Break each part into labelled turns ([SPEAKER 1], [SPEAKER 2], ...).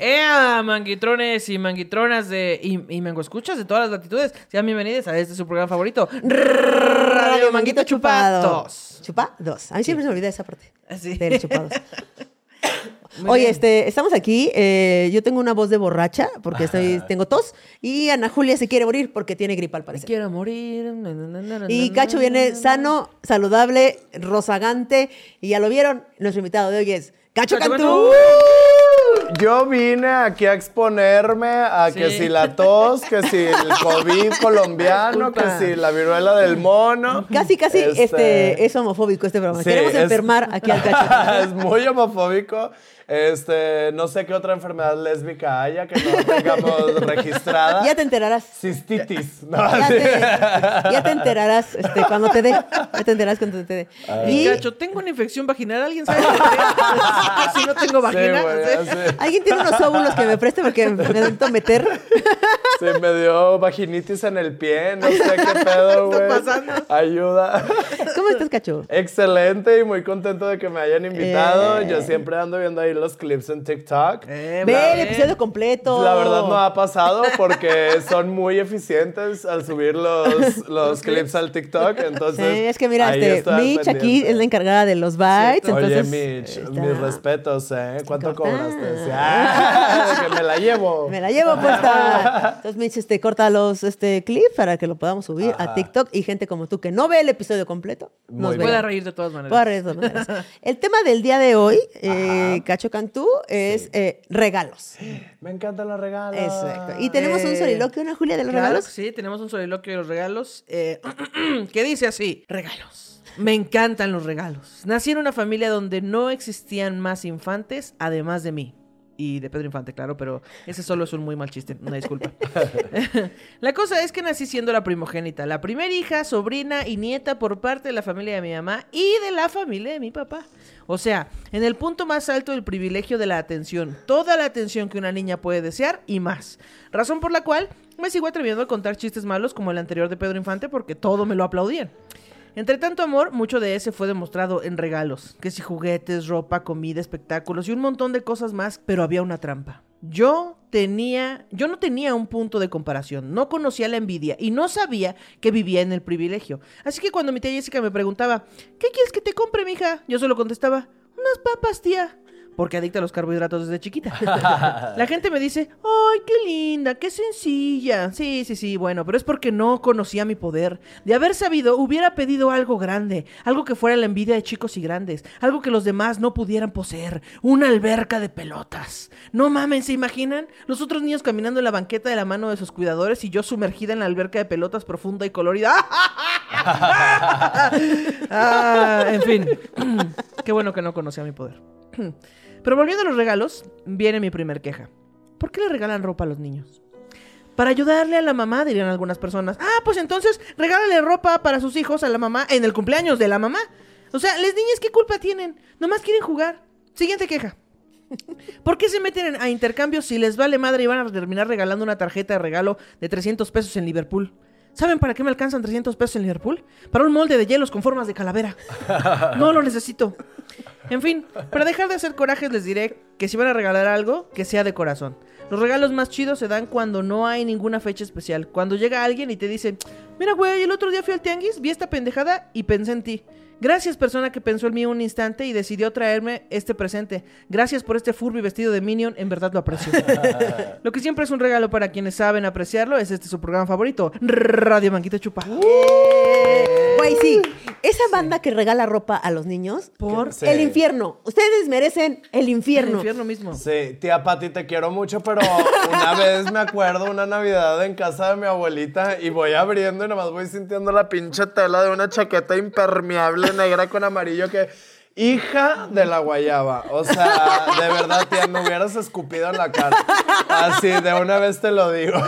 [SPEAKER 1] Hola, manguitrones y manguitronas de, y, y mangoescuchas de todas las latitudes. Sean bienvenidos a este su programa favorito, Radio Manguito Chupados.
[SPEAKER 2] Chupados. A mí siempre se me olvida esa parte.
[SPEAKER 1] Así.
[SPEAKER 2] Del chupados.
[SPEAKER 1] Muy
[SPEAKER 2] Oye,
[SPEAKER 1] bien.
[SPEAKER 2] este, estamos aquí. eh, yo tengo una voz de borracha porque estoy, tengo tos. Y Ana Julia se quiere morir porque tiene gripa al parecer.
[SPEAKER 1] Quiero morir. na, na, na, na,
[SPEAKER 2] Y
[SPEAKER 1] na,
[SPEAKER 2] Cacho
[SPEAKER 1] na,
[SPEAKER 2] viene
[SPEAKER 1] na, na.
[SPEAKER 2] sano, saludable, rozagante. Y ya lo vieron, nuestro invitado de hoy es Cacho
[SPEAKER 1] Cacho
[SPEAKER 2] Cantú.
[SPEAKER 3] Yo vine aquí a exponerme a que
[SPEAKER 1] Sí.
[SPEAKER 3] si la tos, que si el COVID colombiano, que
[SPEAKER 1] Disculpa.
[SPEAKER 3] si la viruela del mono.
[SPEAKER 2] Casi, casi este, es homofóbico este programa.
[SPEAKER 3] sí,
[SPEAKER 2] Queremos
[SPEAKER 3] es-
[SPEAKER 2] enfermar aquí al Cacho.
[SPEAKER 3] es muy homofóbico. Este, no sé qué otra enfermedad lésbica haya que no tengamos registrada.
[SPEAKER 2] ya te enterarás.
[SPEAKER 3] Cistitis. ¿no?
[SPEAKER 2] Ya
[SPEAKER 3] Ah, Sí.
[SPEAKER 2] te, ya te enterarás este, cuando te dé. Ya te enterarás cuando te dé.
[SPEAKER 1] Y
[SPEAKER 3] Ah.
[SPEAKER 2] Y
[SPEAKER 1] Cacho, tengo una infección vaginal. ¿Alguien sabe por qué? si no tengo vagina.
[SPEAKER 3] Sí, güey,
[SPEAKER 1] Sí.
[SPEAKER 3] sí.
[SPEAKER 2] alguien tiene unos óvulos que me preste porque me necesito meter.
[SPEAKER 3] Se me dio vaginitis en el pie, no sé qué pedo,
[SPEAKER 1] ¿Qué
[SPEAKER 3] güey.
[SPEAKER 1] está pasando?
[SPEAKER 3] Ayuda.
[SPEAKER 2] ¿Cómo estás, Cacho?
[SPEAKER 3] Excelente y muy contento de que me hayan invitado.
[SPEAKER 2] Eh.
[SPEAKER 3] Yo siempre ando viendo ahí los clips en TikTok.
[SPEAKER 1] Eh,
[SPEAKER 2] Ve el
[SPEAKER 1] vale.
[SPEAKER 2] episodio completo.
[SPEAKER 3] La verdad no ha pasado porque son muy eficientes al subir los, los, clips al TikTok.
[SPEAKER 2] Sí,
[SPEAKER 3] Entonces,
[SPEAKER 2] es que mira,
[SPEAKER 3] ahí
[SPEAKER 2] este,
[SPEAKER 3] estoy al
[SPEAKER 2] Mitch aquí
[SPEAKER 3] pendiente.
[SPEAKER 2] es la encargada de los bites.
[SPEAKER 3] Oye,
[SPEAKER 2] Entonces,
[SPEAKER 3] Mitch,
[SPEAKER 2] está.
[SPEAKER 3] mis respetos, ¿eh? ¿Cuánto
[SPEAKER 2] Importante.
[SPEAKER 3] cobraste? Sí, ah, que me la llevo.
[SPEAKER 2] Me la llevo puesta. Entonces, Mitch, este, corta los este, clips para que lo podamos subir a
[SPEAKER 3] Ajá.
[SPEAKER 2] TikTok y gente como tú que no ve el episodio completo.
[SPEAKER 3] Muy
[SPEAKER 2] nos
[SPEAKER 3] bien.
[SPEAKER 2] ve.
[SPEAKER 1] Pueda reír de todas maneras.
[SPEAKER 2] Por eso, maneras. El tema del día de hoy, eh, Cacho Cantú, es eh, regalos.
[SPEAKER 3] Me encantan los regalos.
[SPEAKER 2] Exacto. Y tenemos un
[SPEAKER 1] Eh,
[SPEAKER 2] soliloquio, Ana Julia, de los
[SPEAKER 1] Claro
[SPEAKER 2] regalos.
[SPEAKER 1] que sí, tenemos un soliloquio de los regalos eh, que dice así, regalos. Me encantan los regalos. Nací en una familia donde no existían más infantes, además de mí. Y de Pedro Infante, claro, pero ese solo es un muy mal chiste, una disculpa. la cosa es que nací siendo la primogénita, la primera hija, sobrina y nieta por parte de la familia de mi mamá y de la familia de mi papá. O sea, en el punto más alto del privilegio de la atención, toda la atención que una niña puede desear y más. Razón por la cual me sigo atreviendo a contar chistes malos como el anterior de Pedro Infante porque todo me lo aplaudían. Entre tanto amor, mucho de ese fue demostrado en regalos, que si juguetes, ropa, comida, espectáculos y un montón de cosas más, pero había una trampa. Yo tenía, yo no tenía un punto de comparación, no conocía la envidia y no sabía que vivía en el privilegio. Así que cuando mi tía Jessica me preguntaba, ¿qué quieres que te compre, mija? Yo solo contestaba, unas papas, tía. Porque adicta a los carbohidratos desde chiquita. La gente me dice, ¡ay, qué linda, qué sencilla! Sí, sí, sí, bueno, pero es porque no conocía mi poder. De haber sabido, hubiera pedido algo grande, algo que fuera la envidia de chicos y grandes, algo que los demás no pudieran poseer, una alberca de pelotas. No mamen, ¿se imaginan? Los otros niños caminando en la banqueta de la mano de sus cuidadores y yo sumergida en la alberca de pelotas profunda y colorida. Ah, en fin, qué bueno que no conocía mi poder. Pero volviendo a los regalos, viene mi primer queja. ¿Por qué le regalan ropa a los niños? Para ayudarle a la mamá, dirían algunas personas. Ah, pues entonces regálale ropa para sus hijos a la mamá en el cumpleaños de la mamá. O sea, las niñas, ¿qué culpa tienen? Nomás quieren jugar. Siguiente queja. ¿Por qué se meten en- a intercambios si les vale madre y van a terminar regalando una tarjeta de regalo de 300 pesos en Liverpool? ¿Saben para qué me alcanzan 300 pesos en Liverpool? Para un molde de hielos con formas de calavera. No lo necesito. En fin, para dejar de hacer corajes les diré que si van a regalar algo, que sea de corazón. Los regalos más chidos se dan cuando no hay ninguna fecha especial. Cuando llega alguien y te dice, mira güey, el otro día fui al tianguis, vi esta pendejada y pensé en ti. Gracias persona que pensó en mí un instante y decidió traerme este presente. Gracias por este Furby vestido de Minion, en verdad lo aprecio. lo que siempre es un regalo para quienes saben apreciarlo es este su programa favorito, Radio Manguita Chupa.
[SPEAKER 2] Güey, sí. Esa banda que regala ropa a los niños.
[SPEAKER 1] Por
[SPEAKER 3] Sí.
[SPEAKER 2] El infierno. Ustedes merecen el
[SPEAKER 1] el
[SPEAKER 2] infierno.
[SPEAKER 1] infierno mismo.
[SPEAKER 3] Sí, tía Pati, te quiero mucho, pero una vez me acuerdo una Navidad en casa de mi abuelita y voy abriendo y nomás voy sintiendo la pinche tela de una chaqueta impermeable negra con amarillo que. Hija de la guayaba. O sea, de verdad, tía, me hubieras escupido en la cara. Así, de una vez te lo digo.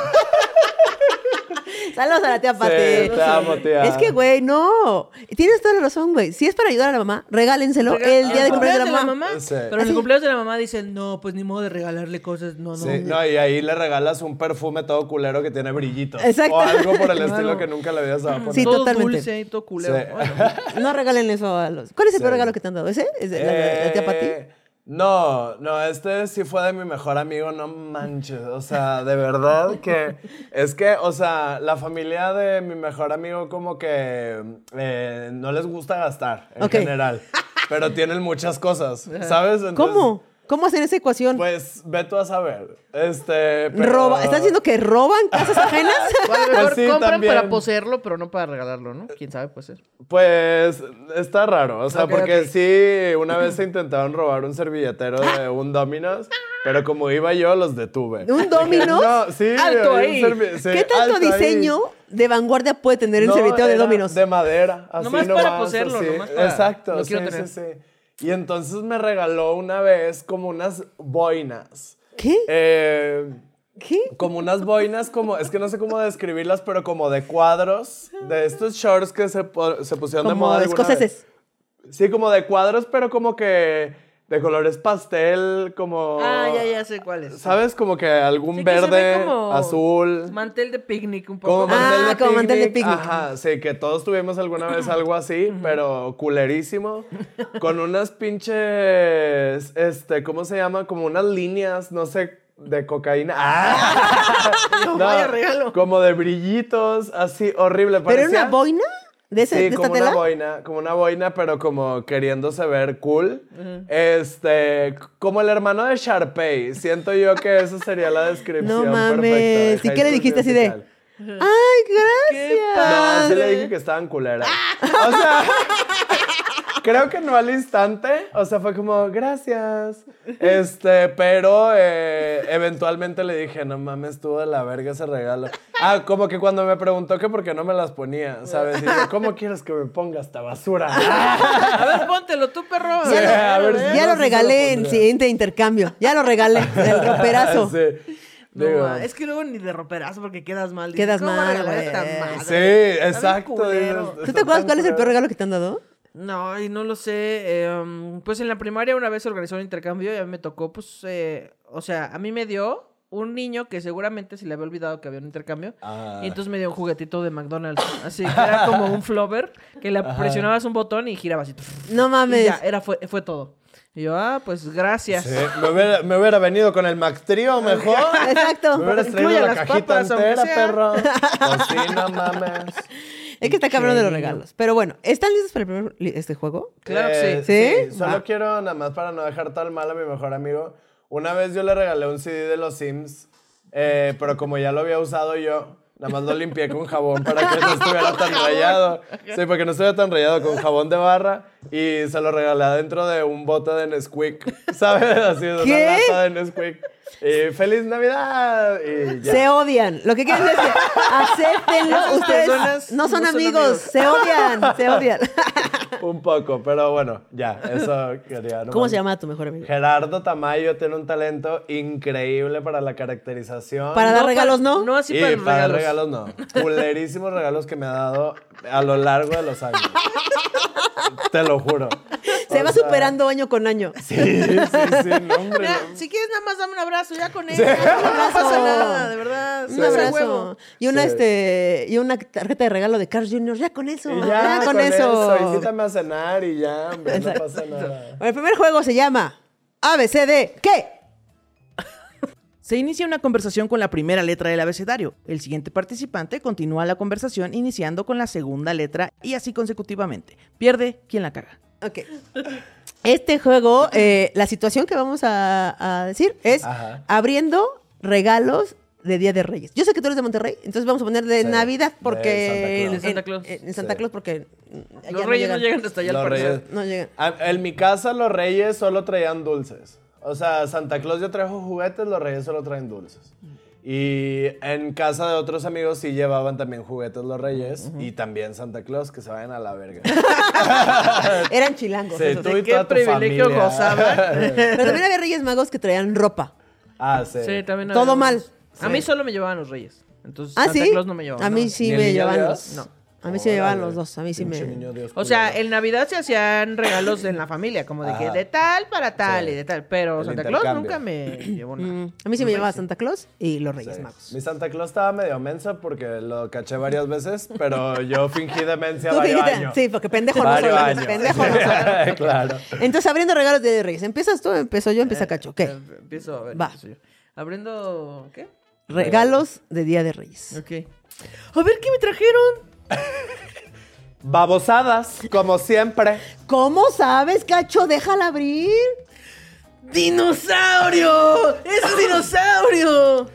[SPEAKER 2] Saludos a la tía Pati.
[SPEAKER 3] te amo, tía.
[SPEAKER 2] Es que, güey, no. Tienes toda la razón, güey. Si es para ayudar a la mamá, regálenselo el día de cumpleaños de la mamá.
[SPEAKER 3] Sí.
[SPEAKER 1] Pero en el cumpleaños de la mamá dicen, no, pues ni modo de regalarle cosas. No, no.
[SPEAKER 3] Sí, no, y ahí le regalas un perfume todo culero que tiene brillitos.
[SPEAKER 2] Exacto.
[SPEAKER 3] O algo por el
[SPEAKER 1] Claro.
[SPEAKER 3] estilo que nunca le habías dado a poner.
[SPEAKER 2] Sí,
[SPEAKER 1] todo
[SPEAKER 2] totalmente.
[SPEAKER 1] dulce y todo culero.
[SPEAKER 3] Sí.
[SPEAKER 1] Bueno,
[SPEAKER 2] No regalen eso a los. ¿Cuál es el
[SPEAKER 3] Sí.
[SPEAKER 2] peor regalo que te han dado? ¿Ese? ¿Es de- la, la- la tía Pati?
[SPEAKER 3] Eh, No, no, este sí fue de mi mejor amigo, no manches. O sea, de verdad que. Es que, o sea, la familia de mi mejor amigo, como que eh, no les gusta gastar en
[SPEAKER 2] Ok.
[SPEAKER 3] general. Pero tienen muchas cosas, ¿sabes? Entonces,
[SPEAKER 2] ¿Cómo? ¿Cómo hacen esa ecuación?
[SPEAKER 3] Pues ve tú a saber. Este. pero-
[SPEAKER 2] Roba, ¿Estás diciendo que roban casas ajenas?
[SPEAKER 1] O a lo
[SPEAKER 3] Pues
[SPEAKER 1] mejor
[SPEAKER 3] sí,
[SPEAKER 1] compran
[SPEAKER 3] también.
[SPEAKER 1] para poseerlo, pero no para regalarlo, ¿no? Quién sabe, puede ser.
[SPEAKER 3] Pues está raro, o sea,
[SPEAKER 1] Ok,
[SPEAKER 3] porque
[SPEAKER 1] ok.
[SPEAKER 3] sí, una vez se intentaron robar un servilletero de un Domino's, pero como iba yo, los detuve.
[SPEAKER 2] ¿Un Domino's?
[SPEAKER 3] No, sí.
[SPEAKER 1] Alto
[SPEAKER 3] un
[SPEAKER 1] ahí.
[SPEAKER 3] servi- sí,
[SPEAKER 2] ¿Qué tanto
[SPEAKER 3] alto ahí.
[SPEAKER 2] diseño de vanguardia puede tener el
[SPEAKER 3] No,
[SPEAKER 2] serviteo de
[SPEAKER 3] era
[SPEAKER 2] Dominos?
[SPEAKER 3] De madera, así
[SPEAKER 1] Nomás
[SPEAKER 3] nomás.
[SPEAKER 1] para poseerlo,
[SPEAKER 3] así.
[SPEAKER 1] nomás para-
[SPEAKER 3] Exacto,
[SPEAKER 1] lo
[SPEAKER 3] sí,
[SPEAKER 1] quiero tener.
[SPEAKER 3] sí, sí. Y entonces me regaló una vez como unas boinas.
[SPEAKER 2] ¿Qué?
[SPEAKER 3] Eh,
[SPEAKER 2] ¿Qué?
[SPEAKER 3] como unas boinas, como, es que no sé cómo describirlas, pero como de cuadros, de estos shorts que se, po- se pusieron de
[SPEAKER 2] Como
[SPEAKER 3] moda. alguna vez.
[SPEAKER 2] escoceses.
[SPEAKER 3] Sí, como de cuadros, pero como que de colores pastel, como...
[SPEAKER 1] Ah, ya, ya sé cuál es.
[SPEAKER 3] ¿Sabes? Como que algún
[SPEAKER 1] Sí, que se ve
[SPEAKER 3] verde,
[SPEAKER 1] como
[SPEAKER 3] azul.
[SPEAKER 1] Mantel de picnic un
[SPEAKER 3] Como
[SPEAKER 1] poco.
[SPEAKER 2] Ah,
[SPEAKER 3] mantel de
[SPEAKER 2] como mantel de picnic.
[SPEAKER 3] Ajá, sí, que todos tuvimos alguna vez algo así, pero culerísimo. Con unas pinches, este, ¿cómo se llama? Como unas líneas, no sé, de cocaína. ¡Ah! No,
[SPEAKER 1] vaya regalo.
[SPEAKER 3] Como de brillitos, así, horrible.
[SPEAKER 2] ¿Pero era una
[SPEAKER 3] parecía-
[SPEAKER 2] boina? ¿De, ese,
[SPEAKER 3] Sí,
[SPEAKER 2] de esta
[SPEAKER 3] como
[SPEAKER 2] tela?
[SPEAKER 3] una boina, como una boina, pero como queriéndose ver cool. Este, c- como el hermano de Sharpay. Siento yo que esa sería la descripción
[SPEAKER 2] No
[SPEAKER 3] perfecta.
[SPEAKER 2] mames.
[SPEAKER 3] de
[SPEAKER 2] ¿Y qué le
[SPEAKER 3] High School
[SPEAKER 2] dijiste así de?
[SPEAKER 3] Musical.
[SPEAKER 2] ¡Ay,
[SPEAKER 1] Qué
[SPEAKER 2] gracias!
[SPEAKER 3] No, sí le
[SPEAKER 1] padre.
[SPEAKER 3] dije que estaban culeras. O sea, creo que no al instante. O sea, fue como, gracias. Este, pero eh, eventualmente le dije, no mames, estuvo de la verga ese regalo. Ah, como que cuando me preguntó que por qué no me las ponía, ¿sabes? Y yo, ¿cómo quieres que me ponga esta basura?
[SPEAKER 2] Ah,
[SPEAKER 1] A ver, póntelo tú, perro.
[SPEAKER 3] Sí, a ver,
[SPEAKER 2] Ya
[SPEAKER 3] no sé
[SPEAKER 2] lo
[SPEAKER 3] si
[SPEAKER 2] regalé
[SPEAKER 3] lo
[SPEAKER 2] en
[SPEAKER 3] pondría.
[SPEAKER 2] siguiente intercambio. Ya lo regalé del roperazo.
[SPEAKER 3] Sí.
[SPEAKER 1] No,
[SPEAKER 3] Digo,
[SPEAKER 1] ma, es que luego ni de roperazo porque quedas mal. Dices,
[SPEAKER 2] Quedas
[SPEAKER 1] ¿cómo
[SPEAKER 2] mal,
[SPEAKER 1] regalar
[SPEAKER 2] güey.
[SPEAKER 1] esta madre? Está
[SPEAKER 3] sí,
[SPEAKER 1] bien
[SPEAKER 3] exacto.
[SPEAKER 1] culero.
[SPEAKER 3] dices,
[SPEAKER 2] ¿Tú
[SPEAKER 3] está
[SPEAKER 2] te acuerdas
[SPEAKER 3] tan
[SPEAKER 2] cuál es el
[SPEAKER 3] culero.
[SPEAKER 2] peor regalo que te han dado?
[SPEAKER 1] No, y no lo sé. eh, um, pues en la primaria una vez se organizó un intercambio y a mí me tocó, pues, eh, o sea, a mí me dio un niño que seguramente se le había olvidado que había un intercambio.
[SPEAKER 3] Ah.
[SPEAKER 1] Y entonces me dio un juguetito de McDonald's. Así que era como un flover que le presionabas un botón y girabas y,
[SPEAKER 2] No
[SPEAKER 1] y
[SPEAKER 2] mames.
[SPEAKER 1] ya,
[SPEAKER 3] eh.
[SPEAKER 1] era, fue, fue todo. Y yo, ah, pues gracias.
[SPEAKER 3] Sí, me, hubiera, me hubiera venido con el Mac Trio mejor.
[SPEAKER 2] Exacto.
[SPEAKER 3] Me hubieras traído
[SPEAKER 1] Incluye
[SPEAKER 3] la
[SPEAKER 1] las
[SPEAKER 3] cajita
[SPEAKER 1] papas, aunque
[SPEAKER 3] entera,
[SPEAKER 1] sea.
[SPEAKER 3] perro. Pues sí, no mames.
[SPEAKER 2] Es que está cabrón de los
[SPEAKER 3] Genio.
[SPEAKER 2] regalos. Pero bueno, ¿están listos para el primer li- este juego?
[SPEAKER 1] Claro que
[SPEAKER 3] Eh,
[SPEAKER 1] sí.
[SPEAKER 2] ¿Sí?
[SPEAKER 3] Solo
[SPEAKER 2] Va.
[SPEAKER 3] quiero, nada más para no dejar tan mal a mi mejor amigo, una vez yo le regalé un CD de los Sims, eh, pero como ya lo había usado yo, nada más lo limpié con jabón para que no estuviera tan rayado. Sí, porque no estuviera tan rayado con jabón de barra y se lo regalé dentro de un bote de Nesquik, ¿sabes? Así, de una
[SPEAKER 2] ¿Qué?
[SPEAKER 3] lata de Nesquik. Y feliz Navidad. Y ya.
[SPEAKER 2] Se odian. Lo que quieren decir es que acéptenlo.
[SPEAKER 1] Esas
[SPEAKER 2] Ustedes
[SPEAKER 1] personas
[SPEAKER 2] no son
[SPEAKER 1] no son
[SPEAKER 2] amigos.
[SPEAKER 1] amigos.
[SPEAKER 2] Se odian. Se odian.
[SPEAKER 3] Un poco, pero bueno, ya, eso quería. nomás.
[SPEAKER 2] ¿Cómo se llama tu mejor amigo?
[SPEAKER 3] Gerardo Tamayo tiene un talento increíble para la caracterización.
[SPEAKER 2] Para dar regalos, ¿no?
[SPEAKER 1] No así
[SPEAKER 3] y
[SPEAKER 1] para los
[SPEAKER 3] para
[SPEAKER 1] regalos.
[SPEAKER 3] regalos no. Culerísimos regalos que me ha dado a lo largo de los años. Te lo juro.
[SPEAKER 2] Se
[SPEAKER 3] O
[SPEAKER 2] va
[SPEAKER 3] sea,
[SPEAKER 2] superando año con año.
[SPEAKER 3] Sí, sí, sí, no, hombre.
[SPEAKER 1] Mira,
[SPEAKER 3] no.
[SPEAKER 1] si quieres nada más dame un abrazo ya con él. Ya, No pasa nada, de verdad.
[SPEAKER 2] Un
[SPEAKER 1] no es a
[SPEAKER 2] abrazo.
[SPEAKER 1] huevo.
[SPEAKER 2] Y una
[SPEAKER 3] Sí.
[SPEAKER 2] este y una tarjeta de regalo de Carl Jr. Ya con eso.
[SPEAKER 3] Y
[SPEAKER 2] Ya,
[SPEAKER 3] ya,
[SPEAKER 2] con, eso.
[SPEAKER 3] Invítame a cenar y ya, hombre, no pasa nada.
[SPEAKER 2] El primer juego se llama ABCD. ¿Qué?
[SPEAKER 4] Se inicia una conversación con la primera letra del abecedario. El siguiente participante continúa la conversación iniciando con la segunda letra y así consecutivamente. Pierde quien la caga.
[SPEAKER 2] Ok. Este juego, eh, la situación que vamos a, a decir es
[SPEAKER 3] Ajá.
[SPEAKER 2] abriendo regalos de Día de Reyes. Yo sé que tú eres de Monterrey, entonces vamos a poner de
[SPEAKER 3] Sí,
[SPEAKER 2] Navidad
[SPEAKER 3] de
[SPEAKER 2] porque...
[SPEAKER 1] De
[SPEAKER 3] Santa Claus.
[SPEAKER 1] Santa Claus.
[SPEAKER 2] En, en Santa
[SPEAKER 3] Sí.
[SPEAKER 2] Claus porque... mm, allá
[SPEAKER 1] Los reyes no llegan hasta allá al
[SPEAKER 3] Los
[SPEAKER 1] parecer.
[SPEAKER 3] reyes.
[SPEAKER 2] No llegan.
[SPEAKER 3] A- En mi casa los reyes solo traían dulces. O sea, Santa Claus yo trajo juguetes, los reyes solo traen dulces.
[SPEAKER 2] Mm.
[SPEAKER 3] Y en casa de otros amigos sí llevaban también juguetes los reyes y también Santa Claus, que se vayan a la verga.
[SPEAKER 2] Eran chilangos.
[SPEAKER 3] Sí,
[SPEAKER 2] esos.
[SPEAKER 3] tú y
[SPEAKER 1] qué
[SPEAKER 3] toda tu
[SPEAKER 1] privilegio
[SPEAKER 3] familia.
[SPEAKER 1] gozaban.
[SPEAKER 2] Pero también había Reyes Magos que traían ropa.
[SPEAKER 3] ah, sí.
[SPEAKER 1] Sí, también
[SPEAKER 2] Todo
[SPEAKER 1] había
[SPEAKER 2] mal.
[SPEAKER 1] unos. A mí solo me llevaban los reyes. Entonces
[SPEAKER 2] ¿Ah,
[SPEAKER 1] Santa
[SPEAKER 2] sí?
[SPEAKER 1] Claus no me llevaba.
[SPEAKER 2] A mí
[SPEAKER 1] no.
[SPEAKER 2] sí
[SPEAKER 3] ¿Ni el
[SPEAKER 2] me
[SPEAKER 3] niño
[SPEAKER 2] llevaban
[SPEAKER 3] Dios?
[SPEAKER 2] los...
[SPEAKER 1] No.
[SPEAKER 2] A mí sí me llevaban
[SPEAKER 3] Órale,
[SPEAKER 2] los dos, a mí sí
[SPEAKER 3] pinche
[SPEAKER 2] me-
[SPEAKER 3] niño Dios
[SPEAKER 1] O sea,
[SPEAKER 3] culero.
[SPEAKER 1] en Navidad se hacían regalos en la familia, como de que
[SPEAKER 3] Ajá.
[SPEAKER 1] de tal para tal
[SPEAKER 3] Sí.
[SPEAKER 1] y de tal. Pero
[SPEAKER 3] El
[SPEAKER 1] Santa Claus
[SPEAKER 3] intercambio.
[SPEAKER 1] nunca me llevó nada.
[SPEAKER 2] Mm, a mí sí me llevaba Santa Claus y los Reyes
[SPEAKER 3] Sí.
[SPEAKER 2] Magos.
[SPEAKER 3] Mi Santa Claus estaba medio mensa porque lo caché varias veces, pero yo fingí demencia
[SPEAKER 2] Tú
[SPEAKER 3] varios
[SPEAKER 2] dijiste-
[SPEAKER 3] años.
[SPEAKER 2] sí, porque pendejo no
[SPEAKER 3] Varios
[SPEAKER 2] soy.
[SPEAKER 3] años.
[SPEAKER 2] Pendejo no soy.
[SPEAKER 3] claro.
[SPEAKER 2] Entonces, abriendo regalos de Reyes. ¿Empiezas tú? Empezó yo, empieza Cacho. ¿Qué?
[SPEAKER 1] Eh, Empiezo a ver.
[SPEAKER 2] Va.
[SPEAKER 1] empiezo yo. Abriendo. ¿Qué?
[SPEAKER 2] Regalos de Día de Reyes.
[SPEAKER 1] Ok. A ver qué me trajeron.
[SPEAKER 3] Babosadas, como siempre.
[SPEAKER 2] ¿Cómo sabes, Cacho? Déjala abrir.
[SPEAKER 1] ¡Dinosaurio! ¡Es un dinosaurio!